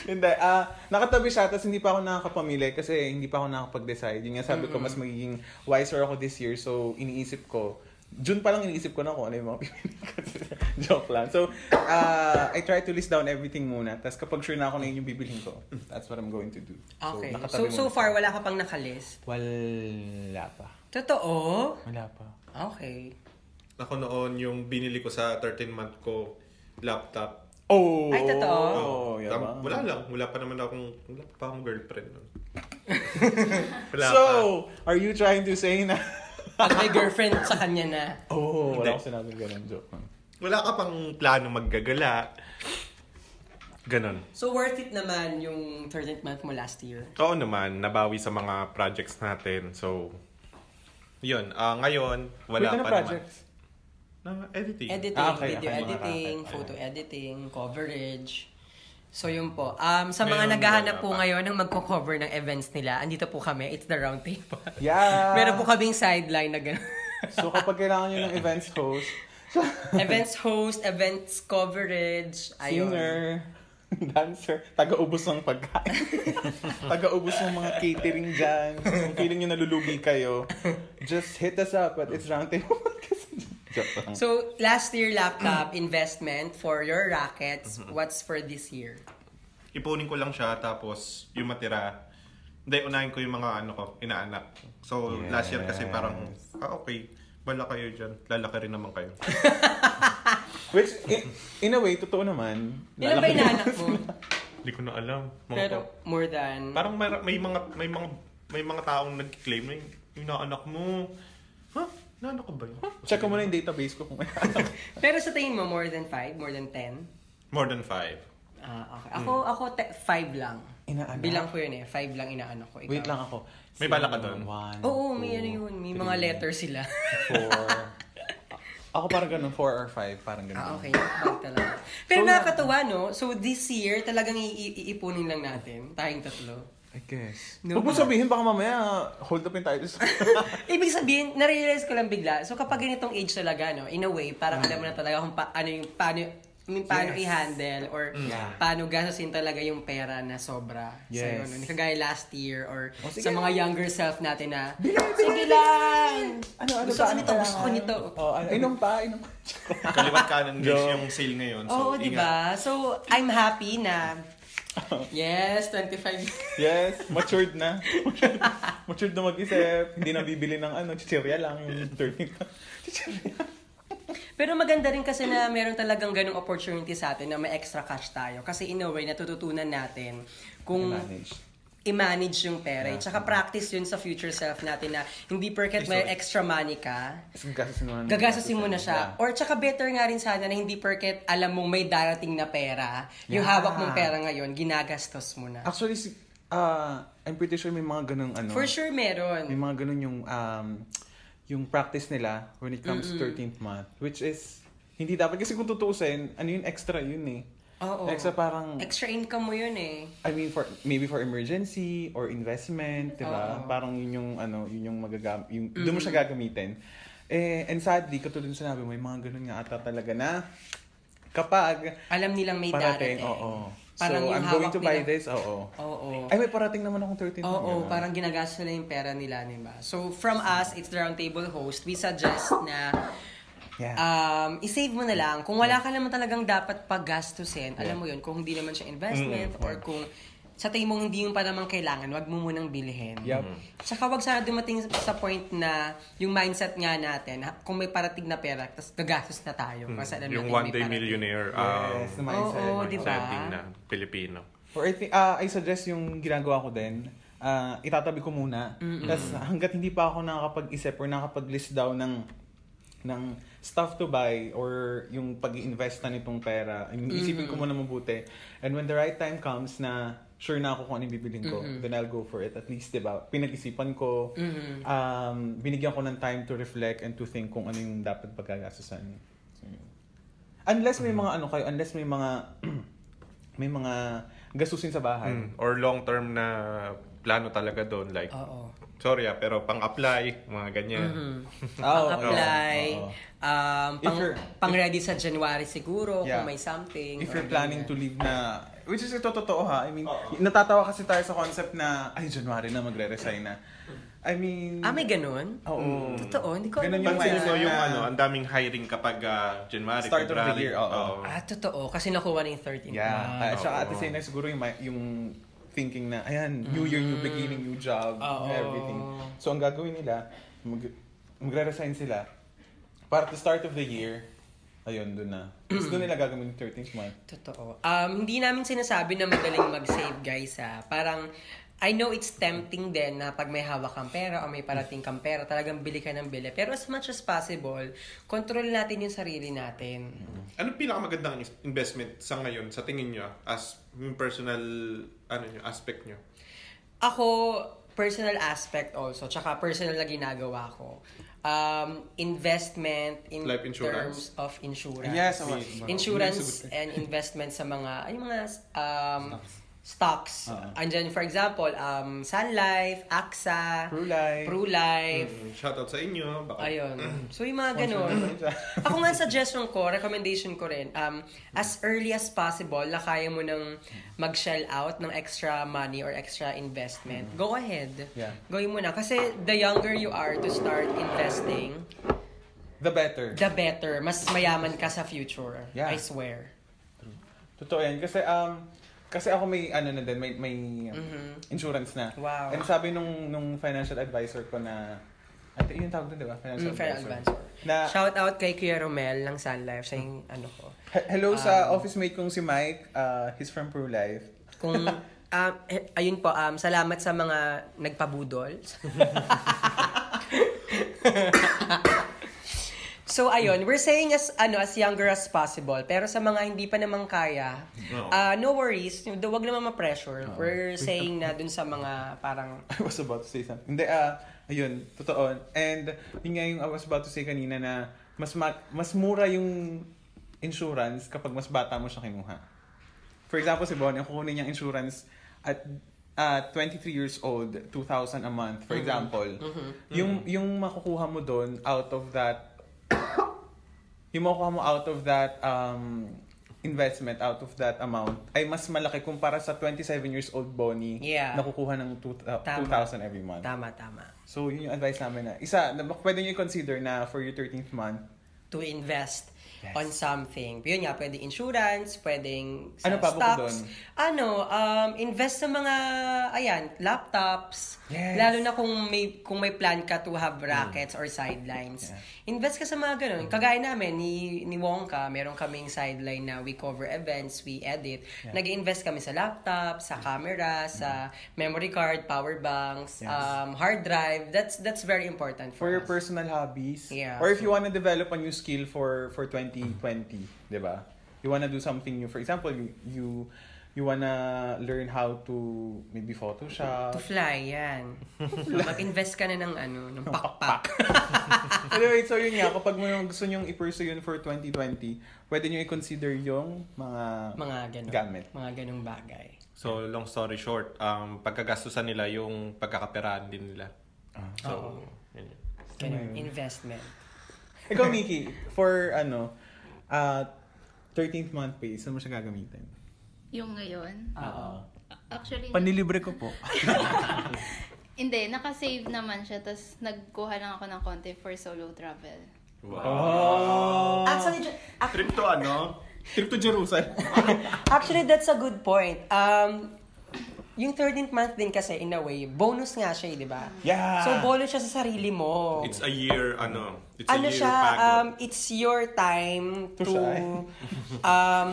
[SPEAKER 1] Hindi, ah, nakatabi siya, tapos hindi pa ako nakakapamili kasi hindi pa ako nakakapag-decide. Yun nga sabi ko, mas magiging wiser ako this year, so iniisip ko, June pa lang iniisip ko na kung ano yung mga <laughs> pipili ko. Joke lang. So, ah, I try to list down everything muna. Tapos kapag sure na ako na yun yung bibilhin ko, that's what I'm going to do.
[SPEAKER 2] Okay. So,
[SPEAKER 1] nakatabi
[SPEAKER 2] so,
[SPEAKER 1] muna
[SPEAKER 2] far,
[SPEAKER 1] siya.
[SPEAKER 2] wala ka pang nakalist?
[SPEAKER 1] Wala pa.
[SPEAKER 2] Totoo?
[SPEAKER 1] Wala pa.
[SPEAKER 2] Okay.
[SPEAKER 3] Ako noon yung binili ko sa 13 month ko laptop.
[SPEAKER 1] Oh!
[SPEAKER 2] Ay, totoo?
[SPEAKER 1] Oh,
[SPEAKER 3] Tam-
[SPEAKER 1] yabang.
[SPEAKER 3] wala lang. Wala pa naman akong, wala pa akong girlfriend
[SPEAKER 1] <laughs>
[SPEAKER 3] noon. wala
[SPEAKER 1] So,
[SPEAKER 3] pa.
[SPEAKER 1] are you trying to say na...
[SPEAKER 2] Pag may girlfriend sa kanya na.
[SPEAKER 1] Oh,
[SPEAKER 3] Hindi.
[SPEAKER 1] wala akong sinabing ganun joke. lang.
[SPEAKER 3] Wala ka pang plano maggagala. Ganon.
[SPEAKER 2] So, worth it naman yung 13th month mo last year.
[SPEAKER 3] Oo naman, nabawi sa mga projects natin. So, yun. Ah, ngayon, wala
[SPEAKER 1] Wait, ano
[SPEAKER 3] pa
[SPEAKER 1] projects?
[SPEAKER 3] naman. Na, editing.
[SPEAKER 2] Editing,
[SPEAKER 1] Ah, okay,
[SPEAKER 2] video
[SPEAKER 1] okay, mga
[SPEAKER 2] editing,
[SPEAKER 3] kakay.
[SPEAKER 2] photo editing, coverage. So, yun po. Um, sa mga
[SPEAKER 3] Ngayon,
[SPEAKER 2] naghahanap
[SPEAKER 3] wala
[SPEAKER 2] po
[SPEAKER 3] pa.
[SPEAKER 2] ngayon ng magko-cover ng events nila, andito po kami. It's the round table.
[SPEAKER 3] Ah.
[SPEAKER 1] Yeah!
[SPEAKER 2] Meron po kaming sideline na gano'n. <laughs>
[SPEAKER 1] So kapag kailangan nyo ng events host,
[SPEAKER 2] events host, events coverage, ayun.
[SPEAKER 1] singer, <laughs> dancer, taga-ubos ng pagkain, <laughs> taga-ubos ng mga catering dyan, kung feeling nyo nalulugi kayo, just hit us up at it's roundtable podcast. Joke lang.
[SPEAKER 2] So, last year laptop <clears throat> investment for your rackets,
[SPEAKER 3] Mm-hmm.
[SPEAKER 2] what's for this year?
[SPEAKER 3] Ipunin ko lang siya, tapos yung matira, hindi, unahin ko yung mga ano ko, inaanak. So, last year kasi parang, ah, okay, bala kayo dyan. Lalaki rin naman kayo.
[SPEAKER 1] Which, in, in a way, totoo naman.
[SPEAKER 2] Ilan ba inaanak mo?
[SPEAKER 3] <laughs> Hindi ko na alam. <laughs> Mga
[SPEAKER 2] Pero more than...
[SPEAKER 3] Parang may, may mga may mga may mga taong nag-claim na yung- yung naanak mo. Ha? Naanak ko ba yun?
[SPEAKER 1] Check ko muna yung database ko kung may anak.
[SPEAKER 2] Pero sa tingin mo, more than 5? More than 10?
[SPEAKER 3] More than five.
[SPEAKER 2] Ah, okay. Ako, ako, te- five lang.
[SPEAKER 1] <laughs> Inaano?
[SPEAKER 2] Bilang ko yun eh. Five lang inaano ko. Ikaw.
[SPEAKER 1] Wait lang Oh, ako.
[SPEAKER 3] May bala ka doon?
[SPEAKER 1] One,
[SPEAKER 2] Oo, may
[SPEAKER 1] two,
[SPEAKER 2] ano yun. May
[SPEAKER 1] three,
[SPEAKER 2] mga letter
[SPEAKER 1] <laughs>
[SPEAKER 2] sila.
[SPEAKER 1] Four.
[SPEAKER 2] <laughs>
[SPEAKER 1] ako parang ganun, four or five, parang ganun.
[SPEAKER 2] ah, okay. Bad
[SPEAKER 1] <laughs>
[SPEAKER 2] talaga. Pero nakakatuwa, no? So, this year, talagang i- i- iipunin lang natin. Tayong tatlo.
[SPEAKER 1] I guess.
[SPEAKER 2] No.
[SPEAKER 1] Huwag mo sabihin, baka mamaya hold up yung <laughs> titles.
[SPEAKER 2] Ibig sabihin, narealize ko lang bigla. So kapag ganitong age talaga, no, in a way, parang alam mo na talaga kung pa- ano yung, paano, I mean,
[SPEAKER 1] Yes.
[SPEAKER 2] paano
[SPEAKER 1] Mm.
[SPEAKER 2] i-handle or
[SPEAKER 1] Yeah.
[SPEAKER 2] paano gastusin talaga yung pera na sobra.
[SPEAKER 1] Yes.
[SPEAKER 2] Sa, ano, kagaya last year or
[SPEAKER 1] O, sige.
[SPEAKER 2] sa mga younger self natin na,
[SPEAKER 1] Bilay,
[SPEAKER 2] sige lang!
[SPEAKER 1] ano, ano
[SPEAKER 2] Gusto ko nito, gusto ko nito.
[SPEAKER 1] Oh, ano, inom pa, inom pa.
[SPEAKER 3] Kaliwat kanan guys
[SPEAKER 1] Yo.
[SPEAKER 3] yung sale ngayon. So,
[SPEAKER 2] Oo,
[SPEAKER 3] ingat.
[SPEAKER 2] di ba? So, I'm happy na, yes, 25.
[SPEAKER 1] yes, matured na. <laughs> Matured, matured na mag-isip. Hindi na bibili ng ano, chichirya lang. Turning pa. <laughs> Chichirya.
[SPEAKER 2] <laughs> Pero maganda rin kasi na meron talagang ganong opportunity sa atin na may extra cash tayo. Kasi in a way, natututunan natin kung
[SPEAKER 1] Manage.
[SPEAKER 2] i-manage yung pera. eh. Tsaka practice yun sa future self natin na hindi perket may extra money ka,
[SPEAKER 1] Gagasasin mo na.
[SPEAKER 2] gagasasin mo na siya. Or tsaka better nga rin sana na hindi perket alam mong may darating na pera, yung
[SPEAKER 1] Yeah.
[SPEAKER 2] hawak mong pera ngayon, ginagastos mo na.
[SPEAKER 1] Actually, si, ah, I'm pretty sure may mga ganun ano.
[SPEAKER 2] For sure
[SPEAKER 1] May
[SPEAKER 2] meron.
[SPEAKER 1] mga ganun yung um, yung practice nila when it comes to 13th month. Which is, hindi dapat. Kasi kung tutusin, ano yun, extra yun eh.
[SPEAKER 2] Oo.
[SPEAKER 1] Extra parang,
[SPEAKER 2] Extra income mo yun eh.
[SPEAKER 1] I mean, for maybe for emergency or investment, di ba?
[SPEAKER 2] Oo.
[SPEAKER 1] Parang yun yung, ano, yun yung magagam, yung, doon mo siya gagamitin. Eh, and sadly, katulad ng sinabi mo, may mga ganun nga ata talaga na kapag
[SPEAKER 2] Alam nilang may
[SPEAKER 1] parating,
[SPEAKER 2] darating.
[SPEAKER 1] oo.
[SPEAKER 2] Parang
[SPEAKER 1] so,
[SPEAKER 2] yung
[SPEAKER 1] I'm going
[SPEAKER 2] hawak
[SPEAKER 1] to buy
[SPEAKER 2] nila-
[SPEAKER 1] this, oo.
[SPEAKER 2] Oo.
[SPEAKER 1] Ay, may parating naman akong 13th month.
[SPEAKER 2] Oo,
[SPEAKER 1] ganun.
[SPEAKER 2] parang ginagastos nila yung pera nila, di ba? So, from us, it's the Roundtable Host, we suggest na
[SPEAKER 1] Yeah.
[SPEAKER 2] um, isave mo na lang. Kung wala ka naman talagang dapat paggastusin, alam mo yun, kung hindi naman siya investment or kung sa tingin mong hindi yung pa namang kailangan, wag mo munang bilhin.
[SPEAKER 1] Yup.
[SPEAKER 2] Tsaka wag sana dumating sa- sa point na yung mindset nga natin, ha, kung may parating na pera, tapos gagastos na tayo. Kasi alam natin
[SPEAKER 3] Yung one
[SPEAKER 2] may
[SPEAKER 3] day
[SPEAKER 2] parating.
[SPEAKER 3] millionaire um,
[SPEAKER 1] yes, na Hmm. mindset.
[SPEAKER 2] oo, di ba?
[SPEAKER 3] setting na Pilipino.
[SPEAKER 1] Or I think, ah, I suggest yung ginagawa ko din, ah, itatabi ko muna. Tapos hanggat hindi pa ako nakakapag-isip or nakakapag-list daw ng ng stuff to buy or yung pag invest na nitong pera, yung isipin ko muna mabuti. And when the right time comes na sure na ako kung ano yung bibiling ko, then I'll go for it. At least, di ba, pinag-isipan ko, um, binigyan ko ng time to reflect and to think kung ano yung dapat pagkagasusan. So, yun. Unless may mga ano kayo, unless may mga <clears throat> may mga gastusin sa bahay.
[SPEAKER 3] Mm. Or long-term na plano talaga doon. Like,
[SPEAKER 2] Oo.
[SPEAKER 3] sorry ah, pero pang-apply, mga ganyan.
[SPEAKER 2] Oh,
[SPEAKER 1] Ah, oo, oo,
[SPEAKER 2] apply,
[SPEAKER 1] oo.
[SPEAKER 2] um,
[SPEAKER 1] oh. If
[SPEAKER 2] pang,
[SPEAKER 1] you're-
[SPEAKER 2] pang ready sa January siguro,
[SPEAKER 1] Yeah.
[SPEAKER 2] kung may something.
[SPEAKER 1] If
[SPEAKER 2] or
[SPEAKER 1] you're planning to
[SPEAKER 2] ganyan.
[SPEAKER 1] leave na, which is ito totoo ha, I mean, natatawa kasi tayo sa concept na, ay, January na magre-resign na. I mean,
[SPEAKER 2] Ah, may ganun?
[SPEAKER 1] oo.
[SPEAKER 2] Totoo, hindi ko
[SPEAKER 1] Ganun
[SPEAKER 2] alam
[SPEAKER 1] yung
[SPEAKER 2] yun.
[SPEAKER 3] Pansin
[SPEAKER 1] mindset.
[SPEAKER 3] ko yung
[SPEAKER 1] na-
[SPEAKER 3] ano, ang daming hiring kapag ah, January,
[SPEAKER 1] Start of the
[SPEAKER 3] February.
[SPEAKER 1] year, oo.
[SPEAKER 2] Ah, totoo. Kasi nakuha na yung 13th.
[SPEAKER 1] Yeah.
[SPEAKER 2] month.
[SPEAKER 1] Kaya saka at the
[SPEAKER 3] oo.
[SPEAKER 1] same time, siguro yung, ma- yung thinking na, ayan, new year, new beginning, new job,
[SPEAKER 2] Mm. Ah, Oo.
[SPEAKER 1] everything. So, ang gagawin nila, mag, magre-resign sila. Para at the start of the year, ayun, dun na. Tapos dun nila gagawin yung 13th month.
[SPEAKER 2] Totoo. Um, hindi namin sinasabi na magaling mag-save, guys, ha. Parang, I know it's tempting din na pag may hawak kang pera o may parating kang pera, talagang bili ka ng bili. Pero as much as possible, control natin yung sarili natin.
[SPEAKER 3] Anong pinakamagandang is- investment sa ngayon, sa tingin nyo, ah, as yung personal ano nyo, aspect nyo?
[SPEAKER 2] Ako, personal aspect also, tsaka personal na ginagawa ko. Um, investment in
[SPEAKER 3] Life insurance?
[SPEAKER 2] terms of insurance.
[SPEAKER 1] Yes, ako.
[SPEAKER 2] Insurance and investment sa mga, ay, mga um, stocks.
[SPEAKER 1] Oo.
[SPEAKER 2] Andyan, for example, um, Sun Life, AXA,
[SPEAKER 1] True life.
[SPEAKER 2] PruLife,
[SPEAKER 3] Mm, shoutout sa inyo. Baka
[SPEAKER 2] Ayun. So, yung mga ganun. <laughs> Ako nga, suggestion ko, recommendation ko rin, um, as early as possible na kaya mo nang mag-shell out ng extra money or extra investment, go ahead.
[SPEAKER 1] Yeah.
[SPEAKER 2] Gawin mo na. Kasi the younger you are to start investing,
[SPEAKER 1] The better.
[SPEAKER 2] the better. Mas mayaman ka sa future.
[SPEAKER 1] Yeah.
[SPEAKER 2] I swear.
[SPEAKER 1] Totoo yan. Kasi, um, kasi ako may, ano na din, may, may insurance na.
[SPEAKER 2] Mm-hmm. Wow.
[SPEAKER 1] And sabi nung, nung financial advisor ko na, ate, yun yung tawag doon, di ba? Financial
[SPEAKER 2] Mm, fair advance.
[SPEAKER 1] Na,
[SPEAKER 2] Shout out kay Kuya Romel ng Sun Life. Siya yung ano ko.
[SPEAKER 1] he- hello sa
[SPEAKER 2] Um,
[SPEAKER 1] office mate kong si Mike. Uh, he's from Pro Life.
[SPEAKER 2] Kung, um, eh, ayun po, um, salamat sa mga nagpabudol. So ayun, we're saying as ano as younger as possible. Pero sa mga hindi pa naman kaya,
[SPEAKER 3] Oo.
[SPEAKER 2] ah, no worries, Yung- wag naman ma-pressure. We're saying na dun sa mga parang
[SPEAKER 1] <laughs> I was about to say something. Hindi, ah, ayun, totoo. And, yun nga yung I was about to say kanina na mas, ma- mas mura yung insurance kapag mas bata mo siya kinuha. For example, si Bonnie, ang kukunin niyang insurance at ah, 23 years old, 2,000 a month, for example. Yung, yung makukuha mo doon out of that, <coughs> yung makukuha mo out of that um, investment, out of that amount, ay mas malaki kumpara sa 27 years old Bonnie
[SPEAKER 2] Yeah.
[SPEAKER 1] na kukuha ng two- ah,
[SPEAKER 2] Tama.
[SPEAKER 1] 2,000 every month.
[SPEAKER 2] tama tama
[SPEAKER 1] So, yun yung advice namin na, isa, na bak- pwede nyo i-consider na for your 13th month,
[SPEAKER 2] to invest
[SPEAKER 1] Yes.
[SPEAKER 2] on something. Yun nga, pwede insurance, pwedeng sa
[SPEAKER 1] Ano pa bukod
[SPEAKER 2] stocks.
[SPEAKER 1] doon?
[SPEAKER 2] Ano, um, invest sa mga, ayan, laptops.
[SPEAKER 1] Yes. Hmm.
[SPEAKER 2] Lalo na kung may, kung may plan ka to have brackets or sidelines. Invest ka sa mga ganun. Kagaya namin, ni, ni Wongka, meron kaming sideline na we cover events, we edit. Nag-invest kami sa laptop,
[SPEAKER 1] Hmm.
[SPEAKER 2] sa camera, sa memory card, power banks,
[SPEAKER 1] Yes.
[SPEAKER 2] um, hard drive. That's that's very important
[SPEAKER 1] for
[SPEAKER 2] for,
[SPEAKER 1] your
[SPEAKER 2] us.
[SPEAKER 1] personal hobbies,
[SPEAKER 2] Yeah.
[SPEAKER 1] or if you wanna develop a new skill for for 2020, di ba? You wanna do something new. For example, you, you, you wanna learn how to maybe Photoshop.
[SPEAKER 2] To <laughs> fly, yan. Mag-invest ka na ng ano, ng pakpak.
[SPEAKER 1] anyway, so yun nga, kapag mo yung gusto nyo i-pursue yun for 2020, pwede nyo i-consider yung mga,
[SPEAKER 2] mga ganun.
[SPEAKER 1] Gamit.
[SPEAKER 2] Mga ganung bagay.
[SPEAKER 3] So, long story short, um, pagkagastusan nila yung pagkakaperaan din nila. So,
[SPEAKER 2] Oo.
[SPEAKER 3] yun yun.
[SPEAKER 2] Ganun, investment.
[SPEAKER 1] Ikaw, Miki, for ano, uh, 13th month pay, saan mo siya gagamitin?
[SPEAKER 4] Yung ngayon.
[SPEAKER 2] Oo.
[SPEAKER 4] Actually,
[SPEAKER 1] Panilibre ko po.
[SPEAKER 4] hindi, nakasave naman siya. Tapos nagkuha lang ako ng konti for solo travel.
[SPEAKER 3] Wow.
[SPEAKER 1] Oh!
[SPEAKER 2] Actually, ju- ac-
[SPEAKER 3] Trip to ano?
[SPEAKER 1] Trip to Jerusalem.
[SPEAKER 2] actually, that's a good point. Um, yung 13th month din kasi, in a way, bonus nga siya, eh, di ba?
[SPEAKER 1] Yeah.
[SPEAKER 2] So, bonus siya sa sarili mo.
[SPEAKER 3] It's a year, ano? It's
[SPEAKER 2] ano
[SPEAKER 3] a year
[SPEAKER 2] siya,
[SPEAKER 3] pagod.
[SPEAKER 2] um, it's your time to,
[SPEAKER 1] To shy.
[SPEAKER 2] um,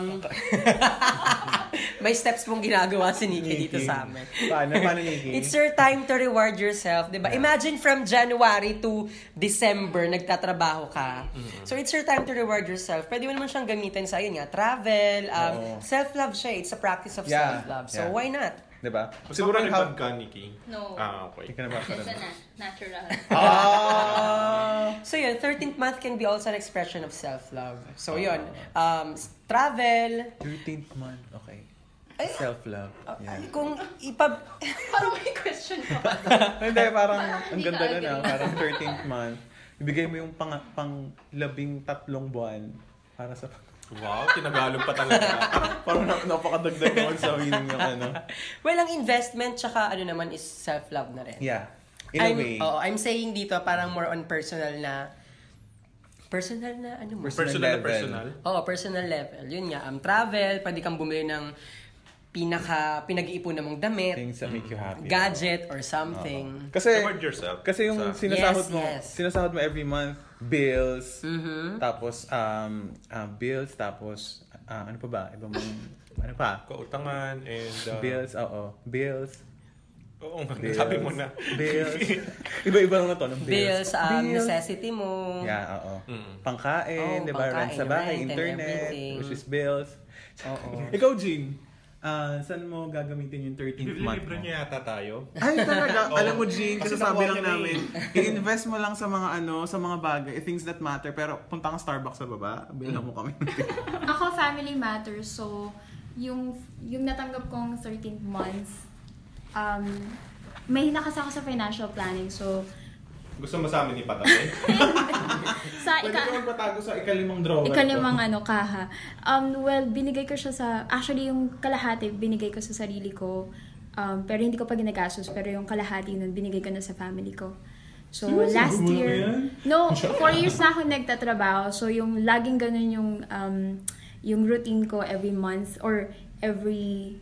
[SPEAKER 2] <laughs> may steps mong ginagawa si Nikki dito
[SPEAKER 1] Nikki.
[SPEAKER 2] sa amin.
[SPEAKER 1] Paano, paano, Nikki?
[SPEAKER 2] <laughs> It's your time to reward yourself, 'di ba? Imagine from January to December nagtatrabaho ka.
[SPEAKER 1] Mm-hmm.
[SPEAKER 2] So it's your time to reward yourself. Pwede mo naman siyang gamitin sa yun nga, travel, um,
[SPEAKER 1] Oo.
[SPEAKER 2] self-love siya, eh. it's a practice of
[SPEAKER 1] Yeah,
[SPEAKER 2] self-love. So
[SPEAKER 1] yeah.
[SPEAKER 2] why not?
[SPEAKER 1] diba? Siguro
[SPEAKER 3] Siguro
[SPEAKER 1] yung hab...
[SPEAKER 3] nag ka, Nikki?
[SPEAKER 4] No.
[SPEAKER 3] Ah, okay.
[SPEAKER 1] Ikaw na ba?
[SPEAKER 4] Nasa na, natural. <laughs>
[SPEAKER 1] Ah!
[SPEAKER 2] So yun, 13th month can be also an expression of self-love. So
[SPEAKER 1] Ah.
[SPEAKER 2] yun, um, s- travel,
[SPEAKER 1] 13th month, okay.
[SPEAKER 2] Ay! Oh,
[SPEAKER 1] Self-love.
[SPEAKER 2] Ay, kung ipab... <laughs>
[SPEAKER 4] Parang may question pa.
[SPEAKER 1] Hindi, parang ang
[SPEAKER 4] hindi
[SPEAKER 1] ganda na
[SPEAKER 4] ka
[SPEAKER 1] na.
[SPEAKER 4] agree.
[SPEAKER 1] Parang 13th month. Ibigay mo yung pang, pang labing tatlong buwan para sa...
[SPEAKER 3] Wow, tinagalog pa talaga.
[SPEAKER 1] <laughs>
[SPEAKER 5] <laughs>
[SPEAKER 1] Parang nap- napakadagdag ako sa meaning ng ano.
[SPEAKER 2] well, ang investment tsaka ano naman is self-love na rin.
[SPEAKER 1] Yeah. In a
[SPEAKER 2] I'm, oh.
[SPEAKER 1] way.
[SPEAKER 2] oo, I'm saying dito parang more on personal na... Personal na ano mo?
[SPEAKER 1] Personal
[SPEAKER 3] personal na
[SPEAKER 1] level.
[SPEAKER 3] personal.
[SPEAKER 2] Oo, personal level. Yun nga, um, travel, pwede kang bumili ng pinaka, pinag-iipunan mong damit,
[SPEAKER 1] Things that make you happy.
[SPEAKER 2] gadget or something.
[SPEAKER 1] Kasi,
[SPEAKER 3] Reward yourself.
[SPEAKER 1] kasi yung
[SPEAKER 3] Sa-
[SPEAKER 1] sinasahod
[SPEAKER 2] Yes,
[SPEAKER 1] mo,
[SPEAKER 2] yes. Mm-hmm.
[SPEAKER 1] sinasahod mo every month, bills, tapos, um, ah, bills, tapos, ah, ano pa ba? Iba mong, ano pa?
[SPEAKER 3] Kautangan and... Uh,
[SPEAKER 1] Bills, oo. Bills.
[SPEAKER 3] Oo, nga,
[SPEAKER 1] bills
[SPEAKER 3] sabi mo na. <laughs>
[SPEAKER 1] Bills. Iba-iba lang na to. Ng bills.
[SPEAKER 2] Bills, um,
[SPEAKER 1] Uh-huh. Bills.
[SPEAKER 2] necessity mo.
[SPEAKER 1] Yeah, oo.
[SPEAKER 3] Mm.
[SPEAKER 1] Pangkain,
[SPEAKER 2] Oo,
[SPEAKER 1] di ba? Rent
[SPEAKER 2] pangkain,
[SPEAKER 1] sa bahay,
[SPEAKER 2] rent and
[SPEAKER 1] internet,
[SPEAKER 2] everything.
[SPEAKER 1] which is bills.
[SPEAKER 2] Oo.
[SPEAKER 1] <laughs> Ikaw, Jean, ah, saan mo gagamitin yung 13th month
[SPEAKER 3] Libre
[SPEAKER 1] mo?
[SPEAKER 3] niya yata tayo.
[SPEAKER 1] Ay,
[SPEAKER 3] <laughs>
[SPEAKER 1] talaga. Alam mo, Jean,
[SPEAKER 3] Kasi
[SPEAKER 1] sinasabi
[SPEAKER 3] nakuha
[SPEAKER 1] lang
[SPEAKER 3] ka na eh.
[SPEAKER 1] namin, i-invest mo lang sa mga ano, sa mga bagay, things that matter. Pero punta kang Starbucks sa baba, bilang
[SPEAKER 3] Mm.
[SPEAKER 1] mo
[SPEAKER 3] <laughs>
[SPEAKER 1] kami.
[SPEAKER 5] Ako, family matters. So, yung, yung natanggap kong 13th month, um, may nakas ako sa financial planning. So,
[SPEAKER 3] Gusto mo sa amin ipatapin?
[SPEAKER 5] <laughs> sa ika...
[SPEAKER 1] magpatago sa ikalimang drawer.
[SPEAKER 3] diba?
[SPEAKER 5] Ikalimang ano, kaha. Um, well, binigay ko siya sa... Actually, yung kalahati, binigay ko sa sarili ko. Um, pero hindi ko pa ginagastos. Pero yung kalahati nun, binigay ko na sa family ko. So,
[SPEAKER 1] Seryoso,
[SPEAKER 5] last
[SPEAKER 1] gumawa
[SPEAKER 5] year...
[SPEAKER 1] ka yan? <laughs>
[SPEAKER 5] No, four years na ako nagtatrabaho. So, yung laging ganun yung... Um, yung routine ko every month or every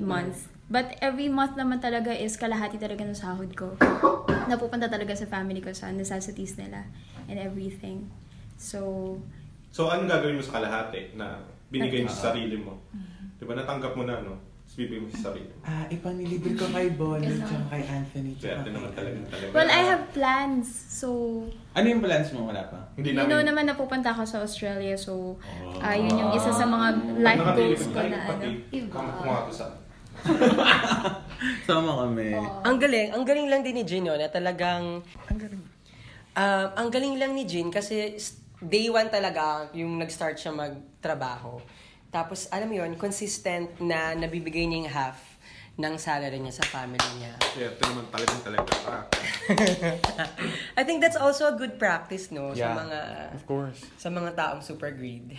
[SPEAKER 2] 13th month.
[SPEAKER 5] month. But every month naman talaga is kalahati talaga ng sahod ko. Napupunta talaga sa family ko, sa necessities nila and everything. So, Mm-hmm.
[SPEAKER 3] So, anong gagawin mo sa kalahati na binigay mo sa sarili mo? Di ba Diba, natanggap mo na, no? Tapos bibigay mo sa sarili.
[SPEAKER 1] Ah, ipanilibre ko kay Bonnie
[SPEAKER 4] Ganun.
[SPEAKER 1] tsaka kay Anthony. tsaka
[SPEAKER 3] Swerte naman
[SPEAKER 1] kay-
[SPEAKER 3] talaga. talaga.
[SPEAKER 5] Well, I have plans. So,
[SPEAKER 1] Ano yung plans mo? Wala pa?
[SPEAKER 3] Hindi
[SPEAKER 5] you
[SPEAKER 3] namin. Oh.
[SPEAKER 5] know naman napupunta ako sa Australia. So, ah, yun yung isa sa mga life goals ko na ano.
[SPEAKER 4] Iba.
[SPEAKER 3] Kumato sa
[SPEAKER 1] Sama kami.
[SPEAKER 2] Ang galing, ang galing lang din ni Jin yun, na talagang... Ang galing. ang galing lang ni Jin kasi s- day one talaga yung nag-start siya magtrabaho. Tapos, alam mo yun, consistent na nabibigay niya yung half ng salary niya sa family niya.
[SPEAKER 3] Swerte naman talaga talaga. Ah,
[SPEAKER 2] I think that's also a good practice, no?
[SPEAKER 1] Yeah.
[SPEAKER 2] Sa mga...
[SPEAKER 1] Of course.
[SPEAKER 2] Sa mga taong super greed. <laughs>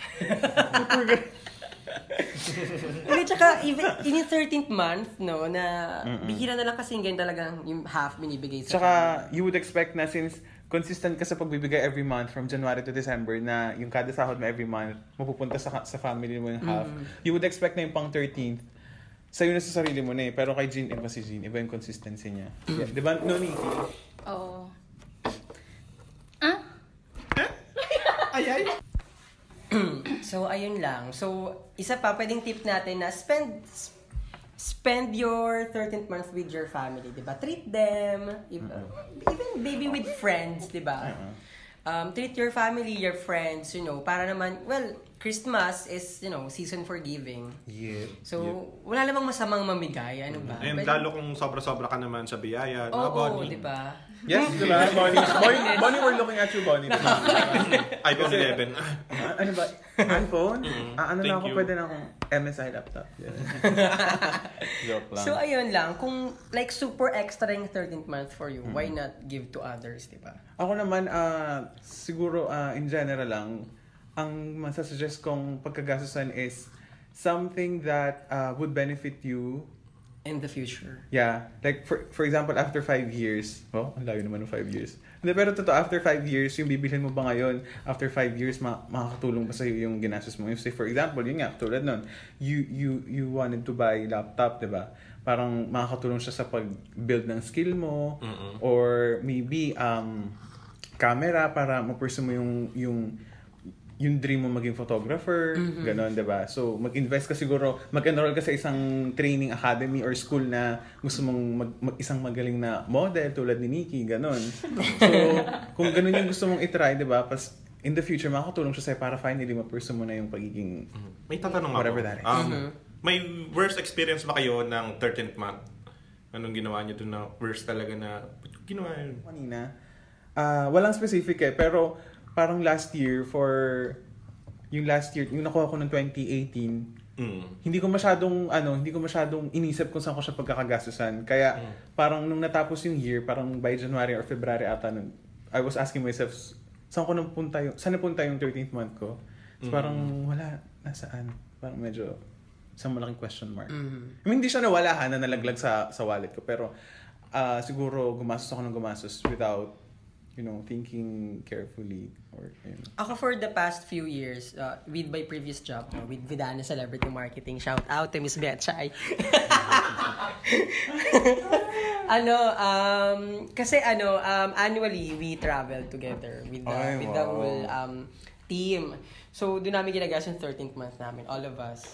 [SPEAKER 2] Hindi, tsaka even, even 13th month, no, na bihira na lang kasi ganyan talagang yung half binibigay sa
[SPEAKER 1] Tsaka, you would expect na since consistent ka sa pagbibigay every month from January to December na yung kada sahod mo every month, mapupunta sa, sa family mo yung half. You would expect na yung pang 13th, sa'yo na sa sarili mo na eh. Pero kay Jean, iba si Jean. Iba yung consistency niya. Di ba? No, Nikki?
[SPEAKER 4] Oo. Ah?
[SPEAKER 2] So, ayun lang. So, isa pa, pwedeng tip natin na spend spend your 13th month with your family, di ba? Treat them, if- even maybe with friends, di ba? Um, treat your family, your friends, you know, para naman, well, Christmas is, you know, season for giving.
[SPEAKER 1] Yeah.
[SPEAKER 2] So, wala namang masamang mamigay, ano ba?
[SPEAKER 3] and
[SPEAKER 2] Pwede-
[SPEAKER 3] lalo kung sobra-sobra ka naman sa biyaya.
[SPEAKER 2] Oo,
[SPEAKER 3] na Bonnie.
[SPEAKER 2] di ba?
[SPEAKER 1] <laughs> Yes, di ba? Bonnie, Bonnie, Bonnie, we're looking at you, <laughs> Bonnie.
[SPEAKER 3] iPhone
[SPEAKER 1] Kasi-
[SPEAKER 3] 11.
[SPEAKER 1] Ah, ano ba? iPhone? Ah, ano na
[SPEAKER 3] Thank
[SPEAKER 1] ako,
[SPEAKER 3] you.
[SPEAKER 1] pwede na akong MSI laptop. Yeah. <laughs> Joke lang.
[SPEAKER 2] So, ayun lang. Kung, like, super extra yung 13th month for you, why not give to others, di ba?
[SPEAKER 1] Ako naman, ah, siguro ah, in general lang, ang masasuggest kong pagkagastusan is something that ah, would benefit you.
[SPEAKER 2] In the future.
[SPEAKER 1] Yeah. Like, for, for example, after five years. Well, ang layo naman ng five years. Hindi, pero totoo, after five years, yung bibilhin mo ba ngayon, after five years, ma- makakatulong ba sa'yo yung ginastos mo? If say, for example, yun nga, tulad nun, you, you, you wanted to buy laptop, di ba? Parang makakatulong siya sa pag-build ng skill mo, or maybe, um, camera para ma-pursue mo yung yung yung dream mo maging photographer, ganon, 'di ba? So, mag-invest ka siguro, mag-enroll ka sa isang training academy or school na gusto mong mag, mag- isang magaling na model tulad ni Nikki, ganon. So, kung ganon yung gusto mong i-try, 'di ba? Pas in the future makakatulong siya sa'yo para finally ma-pursue mo na yung pagiging
[SPEAKER 3] <laughs> May tatanong ako.
[SPEAKER 1] Whatever that is.
[SPEAKER 3] Um,
[SPEAKER 2] Mm-hmm.
[SPEAKER 3] May worst experience ba kayo ng 13th month? Anong ginawa niyo doon na worst talaga na "Ba't ko ginawa yun?
[SPEAKER 1] kanina. Ah, walang specific eh, pero parang last year for yung last year, yung nakuha ko ng 2018,
[SPEAKER 3] Mm.
[SPEAKER 1] hindi ko masyadong ano, hindi ko masyadong inisip kung saan ko siya pagkakagastusan. Kaya parang nung natapos yung year, parang by January or February ata nun, I was asking myself saan ko napunta yung saan napunta yung 13th month ko. So, parang wala nasaan. Parang medyo sa malaking question mark. I mean, hindi siya nawala ha, na nalaglag sa sa wallet ko, pero ah, siguro gumastos ako ng gumastos without you know, thinking carefully or you know.
[SPEAKER 2] Ako for the past few years, uh, with my previous job, no, with Vidana Celebrity Marketing, shout out to Miss Betchay. <laughs> ano, um, kasi ano, um, annually, we travel together with the,
[SPEAKER 1] Ay,
[SPEAKER 2] with the
[SPEAKER 1] wow.
[SPEAKER 2] whole um, team. So, doon namin ginagas yung 13th month namin, all of us.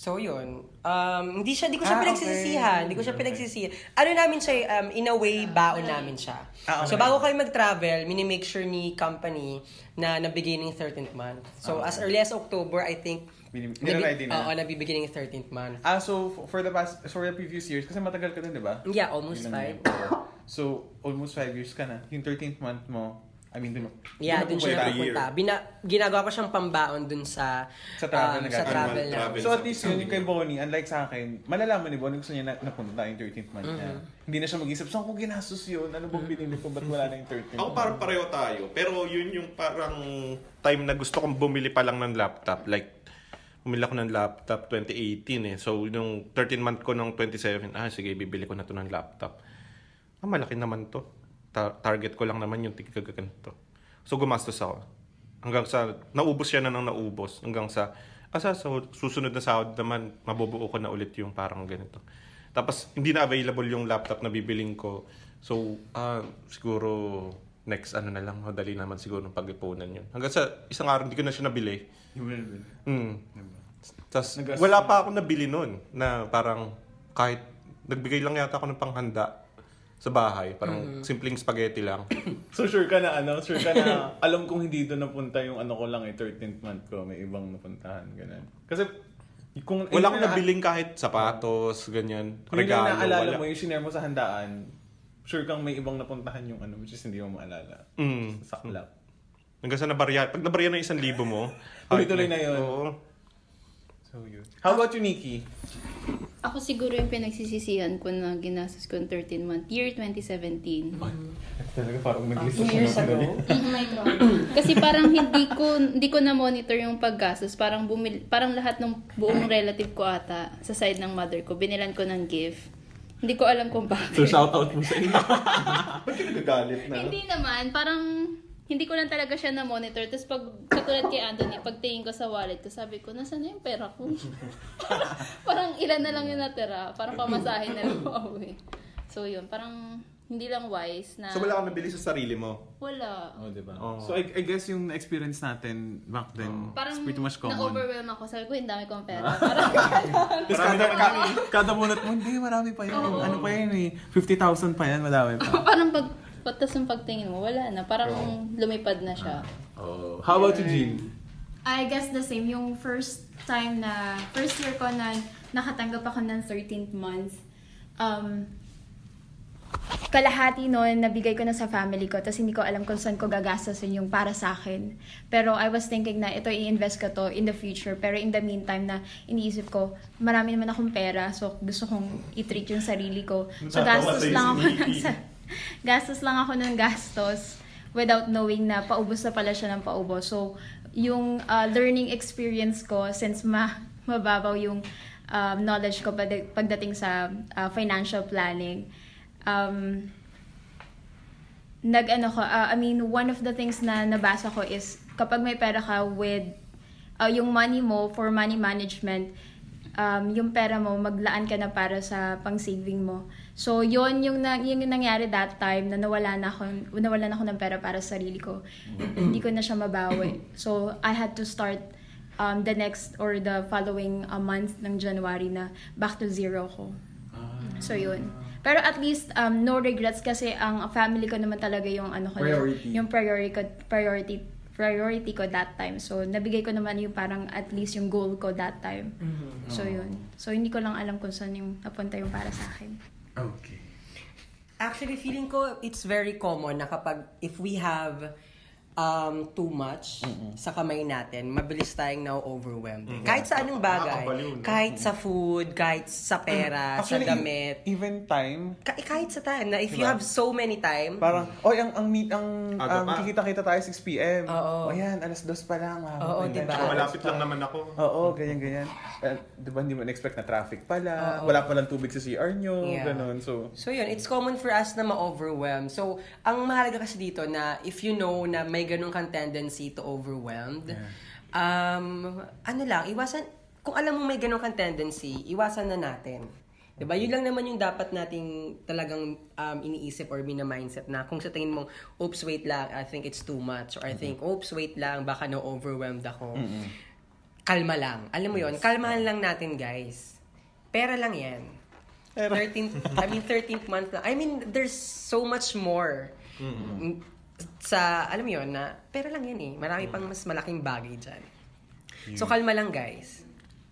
[SPEAKER 2] So, yun. Um, hindi siya, hindi ko
[SPEAKER 1] Ah,
[SPEAKER 2] siya
[SPEAKER 1] okay.
[SPEAKER 2] pinagsisisihan. Hindi ko siya pinagsisisihan. Ano namin siya, um, in a way, baon namin siya.
[SPEAKER 1] Ah, okay.
[SPEAKER 2] So, bago kayo mag-travel, minimake sure ni company na nabigay ng 13th month. So,
[SPEAKER 1] Ah,
[SPEAKER 2] as early as October, I think,
[SPEAKER 1] Minim-
[SPEAKER 2] nabi-
[SPEAKER 1] nire-ready na.
[SPEAKER 2] Oo, nabibigay ng 13th month.
[SPEAKER 1] Ah, so f- for the past for the previous years kasi matagal ka na, 'di ba?
[SPEAKER 2] Yeah, almost
[SPEAKER 1] Yun ang
[SPEAKER 2] five.
[SPEAKER 1] year. So, almost five years ka na. Yung 13th month mo, I mean, dun,
[SPEAKER 2] Yeah,
[SPEAKER 1] dun
[SPEAKER 2] dun siya
[SPEAKER 1] napupunta.
[SPEAKER 2] napupunta. Bina- ginagawa ko siyang pambaon dun sa, um,
[SPEAKER 1] Sa travel na
[SPEAKER 2] sa
[SPEAKER 1] gagawin.
[SPEAKER 2] travel
[SPEAKER 3] Annual
[SPEAKER 2] na.
[SPEAKER 3] travel.
[SPEAKER 1] So, at least yun, yung kay Bonnie, unlike sa akin, malalaman ni Bonnie gusto niya na, napunta yung 13th month niya.
[SPEAKER 2] Mm-hmm.
[SPEAKER 1] Hindi na siya mag-isip, saan ko ginastos yun? Ano bang binili ko? Ba't wala na yung 13th
[SPEAKER 3] Ako parang pareho tayo. Pero yun yung parang time na gusto kong bumili pa lang ng laptop. Like, bumili ako ng laptop 2018 eh. So, yung 13 month ko nung 27, ah sige, bibili ko na to ng laptop. Ah, malaki naman to. Ta- target ko lang naman yung tigagaganto. So, gumastos ako. Hanggang sa, naubos siya na ng naubos. Hanggang sa, asa, so, susunod na sahod naman, mabubuo ko na ulit yung parang ganito. Tapos, hindi na available yung laptop na bibiling ko. So, ah, siguro, next ano na lang, madali naman siguro ng pag-ipunan yun. Hanggang sa, isang araw, hindi ko na siya nabili.
[SPEAKER 1] Yung-
[SPEAKER 3] Mm. Tapos
[SPEAKER 1] Nagastos
[SPEAKER 3] wala pa ako nabili nun na parang kahit nagbigay lang yata ako ng panghanda sa bahay. Parang simpleng
[SPEAKER 1] <clears throat>
[SPEAKER 3] spaghetti lang.
[SPEAKER 1] So sure ka na ano, sure ka na <laughs> alam kong hindi doon napunta yung ano ko lang eh 13th month ko, may ibang napuntahan ganun. Kasi kung
[SPEAKER 3] Wala
[SPEAKER 1] ko
[SPEAKER 3] akong nabiling kahit sapatos, ganyan.
[SPEAKER 1] regalo,
[SPEAKER 3] Regalo,
[SPEAKER 1] naalala
[SPEAKER 3] wala.
[SPEAKER 1] mo yung shinare mo sa handaan, sure kang may ibang napuntahan yung ano which is hindi mo maalala.
[SPEAKER 3] Mm.
[SPEAKER 1] Saklap.
[SPEAKER 3] Hanggang sa nabarya. Pag nabarya na isang libo mo.
[SPEAKER 1] <laughs> Tuloy-tuloy
[SPEAKER 3] kahit
[SPEAKER 1] na yun.
[SPEAKER 3] Oo.
[SPEAKER 1] So yun. How about you, Nikki?
[SPEAKER 4] Ako siguro yung pinagsisisihan ko na ginastos ko yung 13 month, year 2017.
[SPEAKER 1] Ito talaga parang
[SPEAKER 2] Two
[SPEAKER 1] nag-research
[SPEAKER 2] years ago.
[SPEAKER 4] Kasi parang hindi ko hindi ko na monitor yung paggastos. Parang bumili, parang lahat ng buong relative ko ata sa side ng mother ko, binilan ko ng gift. Hindi ko alam kung bakit.
[SPEAKER 3] shout out mo sa inyo. <laughs>
[SPEAKER 1] Nagagalit
[SPEAKER 4] Hindi naman, parang hindi ko lang talaga siya na-monitor. Tapos pag, katulad kay Anthony, pagtingin ko sa wallet ko, sabi ko, nasaan na yung pera
[SPEAKER 3] <laughs>
[SPEAKER 4] ko? parang ilan na lang yung natira. Parang pamasahin na lang ako eh. So yun, parang hindi lang wise na...
[SPEAKER 3] so wala akong nabili sa sarili mo.
[SPEAKER 4] Wala.
[SPEAKER 1] Oh, diba?
[SPEAKER 3] Oo.
[SPEAKER 1] So I, I guess yung na-experience natin back then,
[SPEAKER 4] Parang
[SPEAKER 1] it's pretty much common.
[SPEAKER 4] na-overwhelm ako. Sabi ko, yung dami kong pera. <laughs> Parang,
[SPEAKER 1] Tapos kada, ka, <laughs> kada bunot mo, hindi, marami pa yun. Ano pa yun eh? 50,000 pa yan, madami pa.
[SPEAKER 4] parang pag, patas ang pagtingin mo, wala na. Parang lumipad na siya.
[SPEAKER 3] Ah.
[SPEAKER 1] Oh. How about you, Jean?
[SPEAKER 5] I guess the same. Yung first time na, first year ko na nakatanggap ako ng 13th month, um, kalahati noon nabigay ko na sa family ko tapos hindi ko alam kung saan ko gagastasin yung para sa akin. Pero I was thinking na ito i-invest ko to in the future. Pero in the meantime na iniisip ko, marami naman akong pera so gusto kong i-treat yung sarili ko. So
[SPEAKER 3] Natawa
[SPEAKER 5] gastos
[SPEAKER 3] sa'yo
[SPEAKER 5] lang
[SPEAKER 3] si
[SPEAKER 5] ako ng
[SPEAKER 3] Nikki.
[SPEAKER 5] sa- <laughs> gastos lang ako ng gastos without knowing na paubos na pala siya ng paubos. So, yung uh, learning experience ko, since ma <laughs> mababaw yung um, knowledge ko pag- pagdating sa uh, financial planning, um, nag ano ko, uh, I mean, one of the things na nabasa ko is kapag may pera ka with uh, yung money mo for money management, um, yung pera mo, maglaan ka na para sa pang-saving mo. So, yon yung, na, yun yung nangyari that time na nawala na ako, nawala na ako ng pera para sa sarili ko. Hindi ko na siya mabawi. So, I had to start um, the next or the following uh, month ng January na back to zero ko. So yun. Pero at least um, no regrets kasi ang family ko naman talaga yung ano ko
[SPEAKER 1] Priority.
[SPEAKER 5] yung priority ko, priority priority ko that time. So nabigay ko naman yung parang at least yung goal ko that time. So yun. So hindi ko lang alam kung saan yung napunta yung para sa akin.
[SPEAKER 1] Okay.
[SPEAKER 2] Actually, feeling ko it's very common na kapag if we have um, too much sa kamay natin, mabilis tayong na-overwhelmed. eh. Kahit sa anong bagay.
[SPEAKER 3] Nakakabaliw, no?
[SPEAKER 2] Kahit sa food, kahit sa pera,
[SPEAKER 1] Actually, e-
[SPEAKER 2] sa damit.
[SPEAKER 1] even time,
[SPEAKER 2] Ka- kahit sa time na if you
[SPEAKER 3] Diba?
[SPEAKER 2] have so many time,
[SPEAKER 1] parang, oy, ang, ang meet, ang,
[SPEAKER 3] Aga
[SPEAKER 1] ang
[SPEAKER 3] pa.
[SPEAKER 1] kikita-kita tayo 6 p.m. O Oh,
[SPEAKER 2] Oo.
[SPEAKER 1] yan, alas dos pa lang. ah,
[SPEAKER 2] Oo,
[SPEAKER 1] ganyan.
[SPEAKER 2] diba?
[SPEAKER 1] Tsaka
[SPEAKER 3] Malapit lang naman ako.
[SPEAKER 1] Oo, ganyan, ganyan. Eh, di ba hindi mo na-expect na traffic pala, wala palang tubig sa CR nyo,
[SPEAKER 2] Yeah.
[SPEAKER 1] ganun. So,
[SPEAKER 2] So yun, it's common for us na ma-overwhelm. So, ang mahalaga kasi dito na if you know na may ganun kang tendency to overwhelmed, um, ano lang, iwasan, kung alam mo may ganun kang tendency, iwasan na natin. 'Di ba? Yun lang naman yung dapat nating talagang um, iniisip or mina-mindset na kung sa tingin mong, oops, wait lang, I think it's too much. Or I think, oops, wait lang, baka na-overwhelmed ako. Kalma lang. Alam mo yun, kalmahan lang natin, guys. Pera lang yan. 13th, I mean 13th month na. I mean, there's so much more. Sa, alam mo yun, na pera lang yan eh. Marami pang mas malaking bagay dyan. So, kalma lang guys.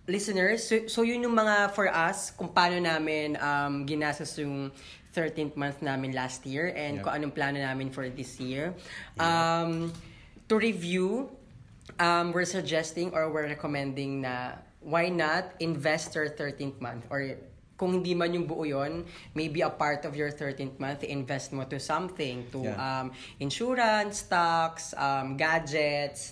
[SPEAKER 2] Listeners, so, so yun yung mga for us, kung paano namin um, ginastos yung 13th month namin last year and kung anong plano namin for this year. Um, to review, um, we're suggesting or we're recommending na why not invest your 13th month or kung hindi man yung buo yon maybe a part of your 13th month invest mo to something to
[SPEAKER 1] Yeah.
[SPEAKER 2] um, insurance stocks um, gadgets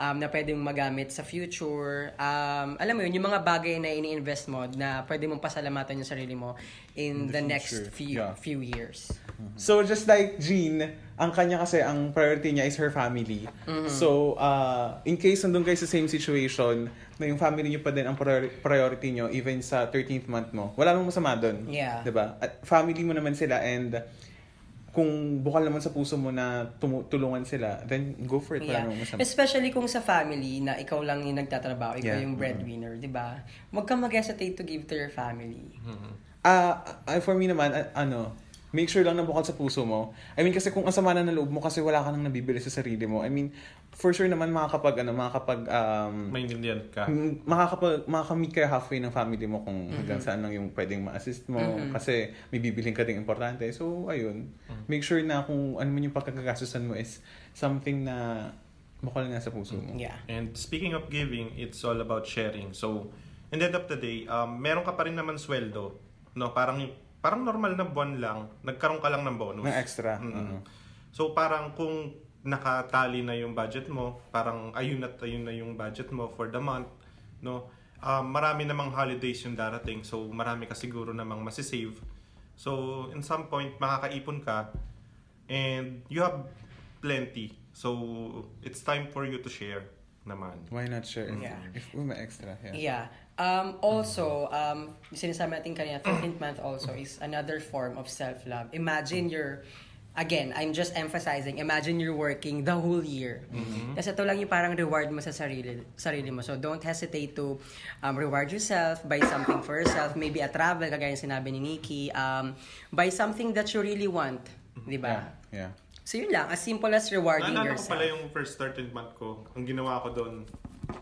[SPEAKER 2] um, na pwede mong magamit sa future um, alam mo yun yung mga bagay na ini-invest mo na pwede mong pasalamatan yung sarili mo in, the, next
[SPEAKER 1] future.
[SPEAKER 2] few
[SPEAKER 1] Yeah.
[SPEAKER 2] few years
[SPEAKER 1] so just like Jean, ang kanya kasi, ang priority niya is her family. So, uh, in case nandun kayo sa same situation, na yung family niyo pa din ang priori- priority niyo, even sa 13th month mo, wala namang masama dun.
[SPEAKER 2] Yeah.
[SPEAKER 1] Diba? At family mo naman sila and kung bukal naman sa puso mo na tumu- tulungan sila, then go for it.
[SPEAKER 2] Yeah.
[SPEAKER 1] Wala namang masama.
[SPEAKER 2] Especially kung sa family na ikaw lang yung nagtatrabaho, ikaw
[SPEAKER 1] Yeah. Mm-hmm.
[SPEAKER 2] yung breadwinner, di ba? Huwag kang mag-hesitate to give to your family.
[SPEAKER 1] Mm-hmm. Ah, ah, for me naman, ah, ano, make sure lang na bukal sa puso mo. I mean, kasi kung ang sama na ng loob mo kasi wala ka nang nabibili sa sarili mo. I mean, for sure naman makakapag, ano, makakapag, um,
[SPEAKER 3] Maintindihan ka.
[SPEAKER 1] m- makakapag, makakamit ka halfway ng family mo kung
[SPEAKER 2] Mm-hmm.
[SPEAKER 1] hanggang saan lang yung pwedeng ma-assist mo. Kasi may bibiling ka ding importante. So, ayun.
[SPEAKER 2] Mm-hmm.
[SPEAKER 1] Make sure na kung ano man yung pagkagagastusan mo is something na bukal nga sa puso mo.
[SPEAKER 2] Yeah.
[SPEAKER 3] And speaking of giving, it's all about sharing. So, in the end of the day, um, meron ka pa rin naman sweldo. No, parang parang normal na buwan lang, nagkaroon ka lang ng
[SPEAKER 1] Ng
[SPEAKER 3] bonus.
[SPEAKER 1] extra.
[SPEAKER 3] Mm.
[SPEAKER 1] Oo.
[SPEAKER 3] So, parang kung nakatali na yung budget mo, parang ayun at ayun na yung budget mo for the month, no? Um, marami namang holidays yung darating, so marami ka siguro namang masisave. So, in some point, makakaipon ka and you have plenty. So, it's time for you to share naman.
[SPEAKER 1] Why not share? if-
[SPEAKER 2] Yeah.
[SPEAKER 1] If, we may extra. Yeah.
[SPEAKER 2] Yeah. Um, also, um, yung sinasabi natin kanina, 13th month also is another form of self-love. Imagine
[SPEAKER 3] Mm-hmm.
[SPEAKER 2] you're, again, I'm just emphasizing, imagine you're working the whole year.
[SPEAKER 3] Mm-hmm.
[SPEAKER 2] Tapos ito lang yung parang reward mo sa sarili, sarili mo. So don't hesitate to um, reward yourself, buy something for yourself, maybe a travel, kagaya yung sinabi ni Nikki, um, buy something that you really want. Di ba?
[SPEAKER 1] Yeah.
[SPEAKER 2] So yun lang, as simple as rewarding
[SPEAKER 3] Mm-hmm. Naalala ko
[SPEAKER 2] yourself.
[SPEAKER 3] pala yung first 13th month ko. Ang ginawa ko doon,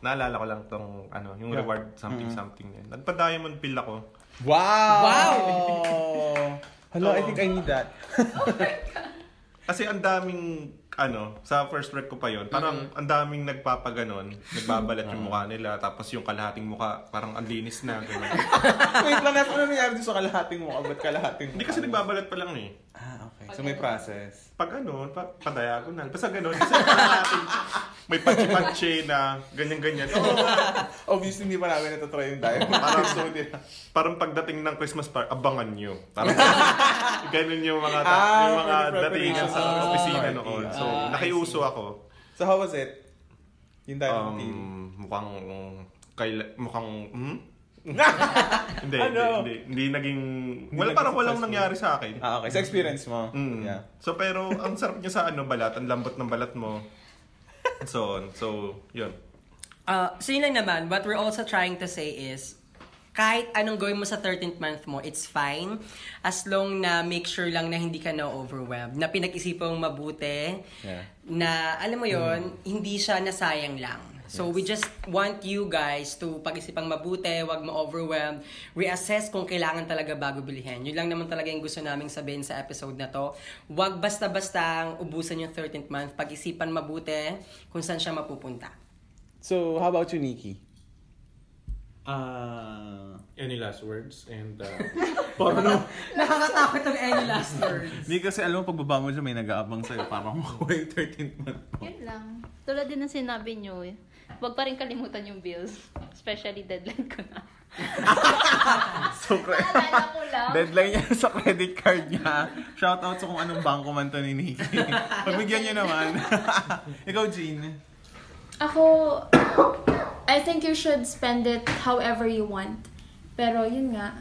[SPEAKER 3] naalala ko lang tong ano, yung
[SPEAKER 1] Yeah.
[SPEAKER 3] reward something-something. na yun. Nagpa-diamond pill ako.
[SPEAKER 1] Wow! <laughs>
[SPEAKER 2] Wow!
[SPEAKER 1] Hello, I
[SPEAKER 3] Oo.
[SPEAKER 1] think I need that.
[SPEAKER 3] Kasi ang daming, ano, sa first rec ko pa yon parang ang daming nagpapaganon, nagbabalat yung mukha nila, tapos yung kalahating mukha, parang ang linis na. ganun.
[SPEAKER 1] Wait lang, ano nangyari dun sa kalahating mo? Ba't kalahating mo?
[SPEAKER 3] Hindi kasi nagbabalat pa lang eh.
[SPEAKER 1] Ah, okay. So may process.
[SPEAKER 3] Pag ano, pa, pa-diagonal. Basta ganun. Kasi kalahating, may patsi-patsi na ganyan-ganyan.
[SPEAKER 1] Obviously, hindi pa namin natatry yung diamond. <laughs> Parang so nila.
[SPEAKER 3] parang pagdating ng Christmas party, abangan nyo. Parang ganun yung mga, ta-
[SPEAKER 1] Ah,
[SPEAKER 3] yung mga
[SPEAKER 1] for the
[SPEAKER 3] datingan sa
[SPEAKER 1] preparation.
[SPEAKER 3] opisina
[SPEAKER 1] Ah,
[SPEAKER 3] noon.
[SPEAKER 1] party.
[SPEAKER 3] So,
[SPEAKER 2] Ah, I
[SPEAKER 3] nakiuso ako.
[SPEAKER 1] So how was it? Yung diamond
[SPEAKER 3] Um,
[SPEAKER 1] team.
[SPEAKER 3] mukhang, kaila, mukhang,
[SPEAKER 1] <laughs>
[SPEAKER 3] hmm? hindi,
[SPEAKER 1] Ano?
[SPEAKER 3] hindi, hindi, hindi naging,
[SPEAKER 1] Hindi
[SPEAKER 3] wala,
[SPEAKER 1] naging
[SPEAKER 3] parang walang
[SPEAKER 1] successful.
[SPEAKER 3] nangyari sa akin.
[SPEAKER 1] Ah, okay. Sa experience mo.
[SPEAKER 3] Mm.
[SPEAKER 1] Yeah.
[SPEAKER 3] So, pero, ang sarap niya sa ano, balat, ang lambot ng balat mo. And So, on. so, yun.
[SPEAKER 2] Uh, so yun lang naman, what we're also trying to say is, kahit anong gawin mo sa 13th month mo, it's fine. As long na make sure lang na hindi ka na-overwhelmed. Na pinag-isipan mong mabuti.
[SPEAKER 1] Yeah.
[SPEAKER 2] Na, alam mo yon hindi siya nasayang lang. So we just want you guys to pag-isipang mabuti, wag ma-overwhelm, reassess kung kailangan talaga bago bilihin. Yun lang naman talaga yung gusto naming sabihin sa episode na to. Wag basta-basta ubusan yung 13th month, pag-isipan mabuti kung saan siya mapupunta.
[SPEAKER 1] So how about you, Nikki? Ah...
[SPEAKER 3] Any last words? And,
[SPEAKER 2] Nakakatakot ang any last words.
[SPEAKER 1] hindi kasi alam mo, pagbaba mo dyan, may nag-aabang sa'yo <laughs> para makuha yung 13th month.
[SPEAKER 4] Yun lang. Tulad din ng sinabi nyo, eh, huwag pa rin kalimutan yung bills. Especially deadline ko na.
[SPEAKER 1] Sobra.
[SPEAKER 4] Naalala ko
[SPEAKER 1] <laughs>
[SPEAKER 4] lang.
[SPEAKER 1] Deadline niya sa credit card niya. Shoutout sa kung anong bangko man to ni Nikki. Pagbigyan niyo naman. <laughs> Ikaw, Jean.
[SPEAKER 5] Ako, I think you should spend it however you want. Pero yun nga,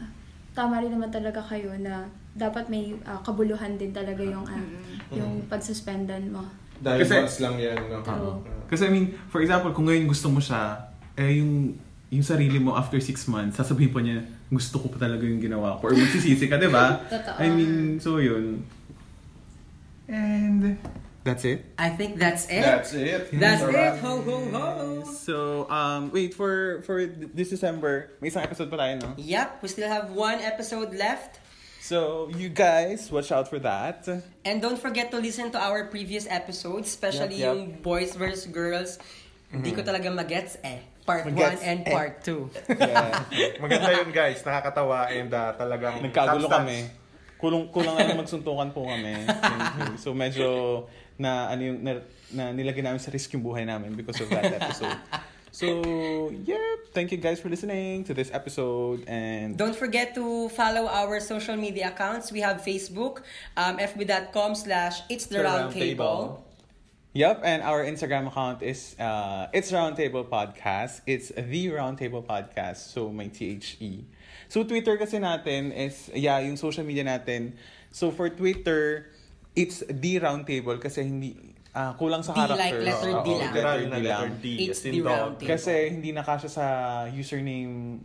[SPEAKER 5] tama rin naman talaga kayo na dapat may ah, kabuluhan din talaga yung ah, yung pagsuspendan mo.
[SPEAKER 1] Dahil Kasi- months
[SPEAKER 3] lang yan, no? Uh,
[SPEAKER 5] True.
[SPEAKER 1] Kasi I mean, for example, kung ngayon gusto mo siya, eh yung yung sarili mo after six months, sasabihin pa niya, gusto ko pa talaga yung ginawa ko. Or magsisisi ka, di ba?
[SPEAKER 5] Totoo.
[SPEAKER 1] I mean, so yun. And that's it.
[SPEAKER 2] I think that's it.
[SPEAKER 3] it.
[SPEAKER 2] Eh? That's it. Ho, ho, ho.
[SPEAKER 1] So, um, wait, for for this December, may isang episode pa tayo, no?
[SPEAKER 2] Yep, we still have one episode left.
[SPEAKER 1] So, you guys, watch out for that.
[SPEAKER 2] And don't forget to listen to our previous episodes, especially
[SPEAKER 1] Yup, yup.
[SPEAKER 2] yung Boys versus Girls. Hindi ko talaga magets eh. Part 1
[SPEAKER 1] Magets
[SPEAKER 2] and
[SPEAKER 1] eh.
[SPEAKER 2] part
[SPEAKER 1] <laughs>
[SPEAKER 2] 2.
[SPEAKER 1] Yeah.
[SPEAKER 3] Maganda yun, guys. Nakakatawa and ah, talagang
[SPEAKER 1] Nagkagulo
[SPEAKER 3] substance.
[SPEAKER 1] kami. Kulang kulang na lang magsuntukan po kami. Thank you. So medyo na ano yung na, na nilagay namin sa risk yung buhay namin because of that episode. So, yeah, thank you guys for listening to this episode and
[SPEAKER 2] Don't forget to follow our social media accounts. We have Facebook, um, fb.com slash it's the round table.
[SPEAKER 1] Yep, and our Instagram account is uh, it's Roundtable Podcast. It's the Roundtable Podcast, so may E. THE. So Twitter kasi natin is yeah, yung social media natin. So for Twitter, It's D round table kasi hindi ah, kulang sa
[SPEAKER 2] D,
[SPEAKER 1] characters.
[SPEAKER 2] like letter
[SPEAKER 1] Oo,
[SPEAKER 2] D
[SPEAKER 1] letter
[SPEAKER 2] lang.
[SPEAKER 3] Literal na
[SPEAKER 1] D lang.
[SPEAKER 3] letter D.
[SPEAKER 2] It's
[SPEAKER 3] as in
[SPEAKER 2] the
[SPEAKER 3] dog.
[SPEAKER 2] round table.
[SPEAKER 1] Kasi hindi nakasya sa username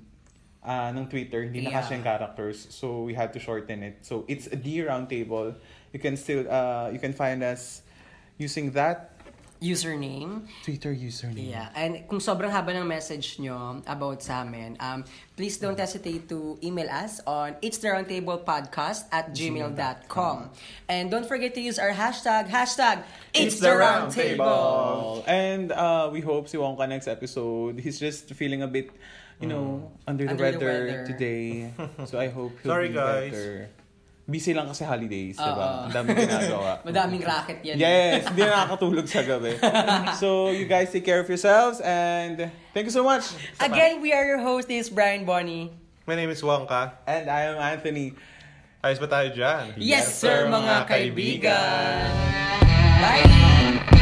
[SPEAKER 1] ah, ng Twitter, hindi
[SPEAKER 2] Yeah.
[SPEAKER 1] nakasya yung characters. So we had to shorten it. So it's D round table. You can still uh, you can find us using that
[SPEAKER 2] Username.
[SPEAKER 1] Twitter username.
[SPEAKER 2] Yeah. And kung sobrang haba ng message nyo about sa amin, um, please don't hesitate to email us on it's the roundtable podcast at gmail.com. And don't forget to use our hashtag, hashtag it's, the roundtable.
[SPEAKER 1] And uh, we hope si Wongka next episode. He's just feeling a bit, you know, under, the,
[SPEAKER 2] Mm. Under the
[SPEAKER 1] weather
[SPEAKER 2] weather. <laughs>
[SPEAKER 1] today. So I hope he'll
[SPEAKER 3] Sorry,
[SPEAKER 1] be
[SPEAKER 3] guys.
[SPEAKER 1] better. Busy lang kasi holidays,
[SPEAKER 2] Oo.
[SPEAKER 1] diba? Ang daming
[SPEAKER 2] <laughs>
[SPEAKER 1] ginagawa.
[SPEAKER 2] Madaming racket yan.
[SPEAKER 1] Yes, hindi na nakakatulog sa
[SPEAKER 2] <laughs>
[SPEAKER 1] gabi. so, you guys take care of yourselves and thank you so much.
[SPEAKER 2] Again, we are your host is Brian Bonnie.
[SPEAKER 3] My name is Wongka.
[SPEAKER 1] And I am Anthony.
[SPEAKER 3] Ayos ba tayo dyan?
[SPEAKER 2] Yes, sir, mga kaibigan. Bye!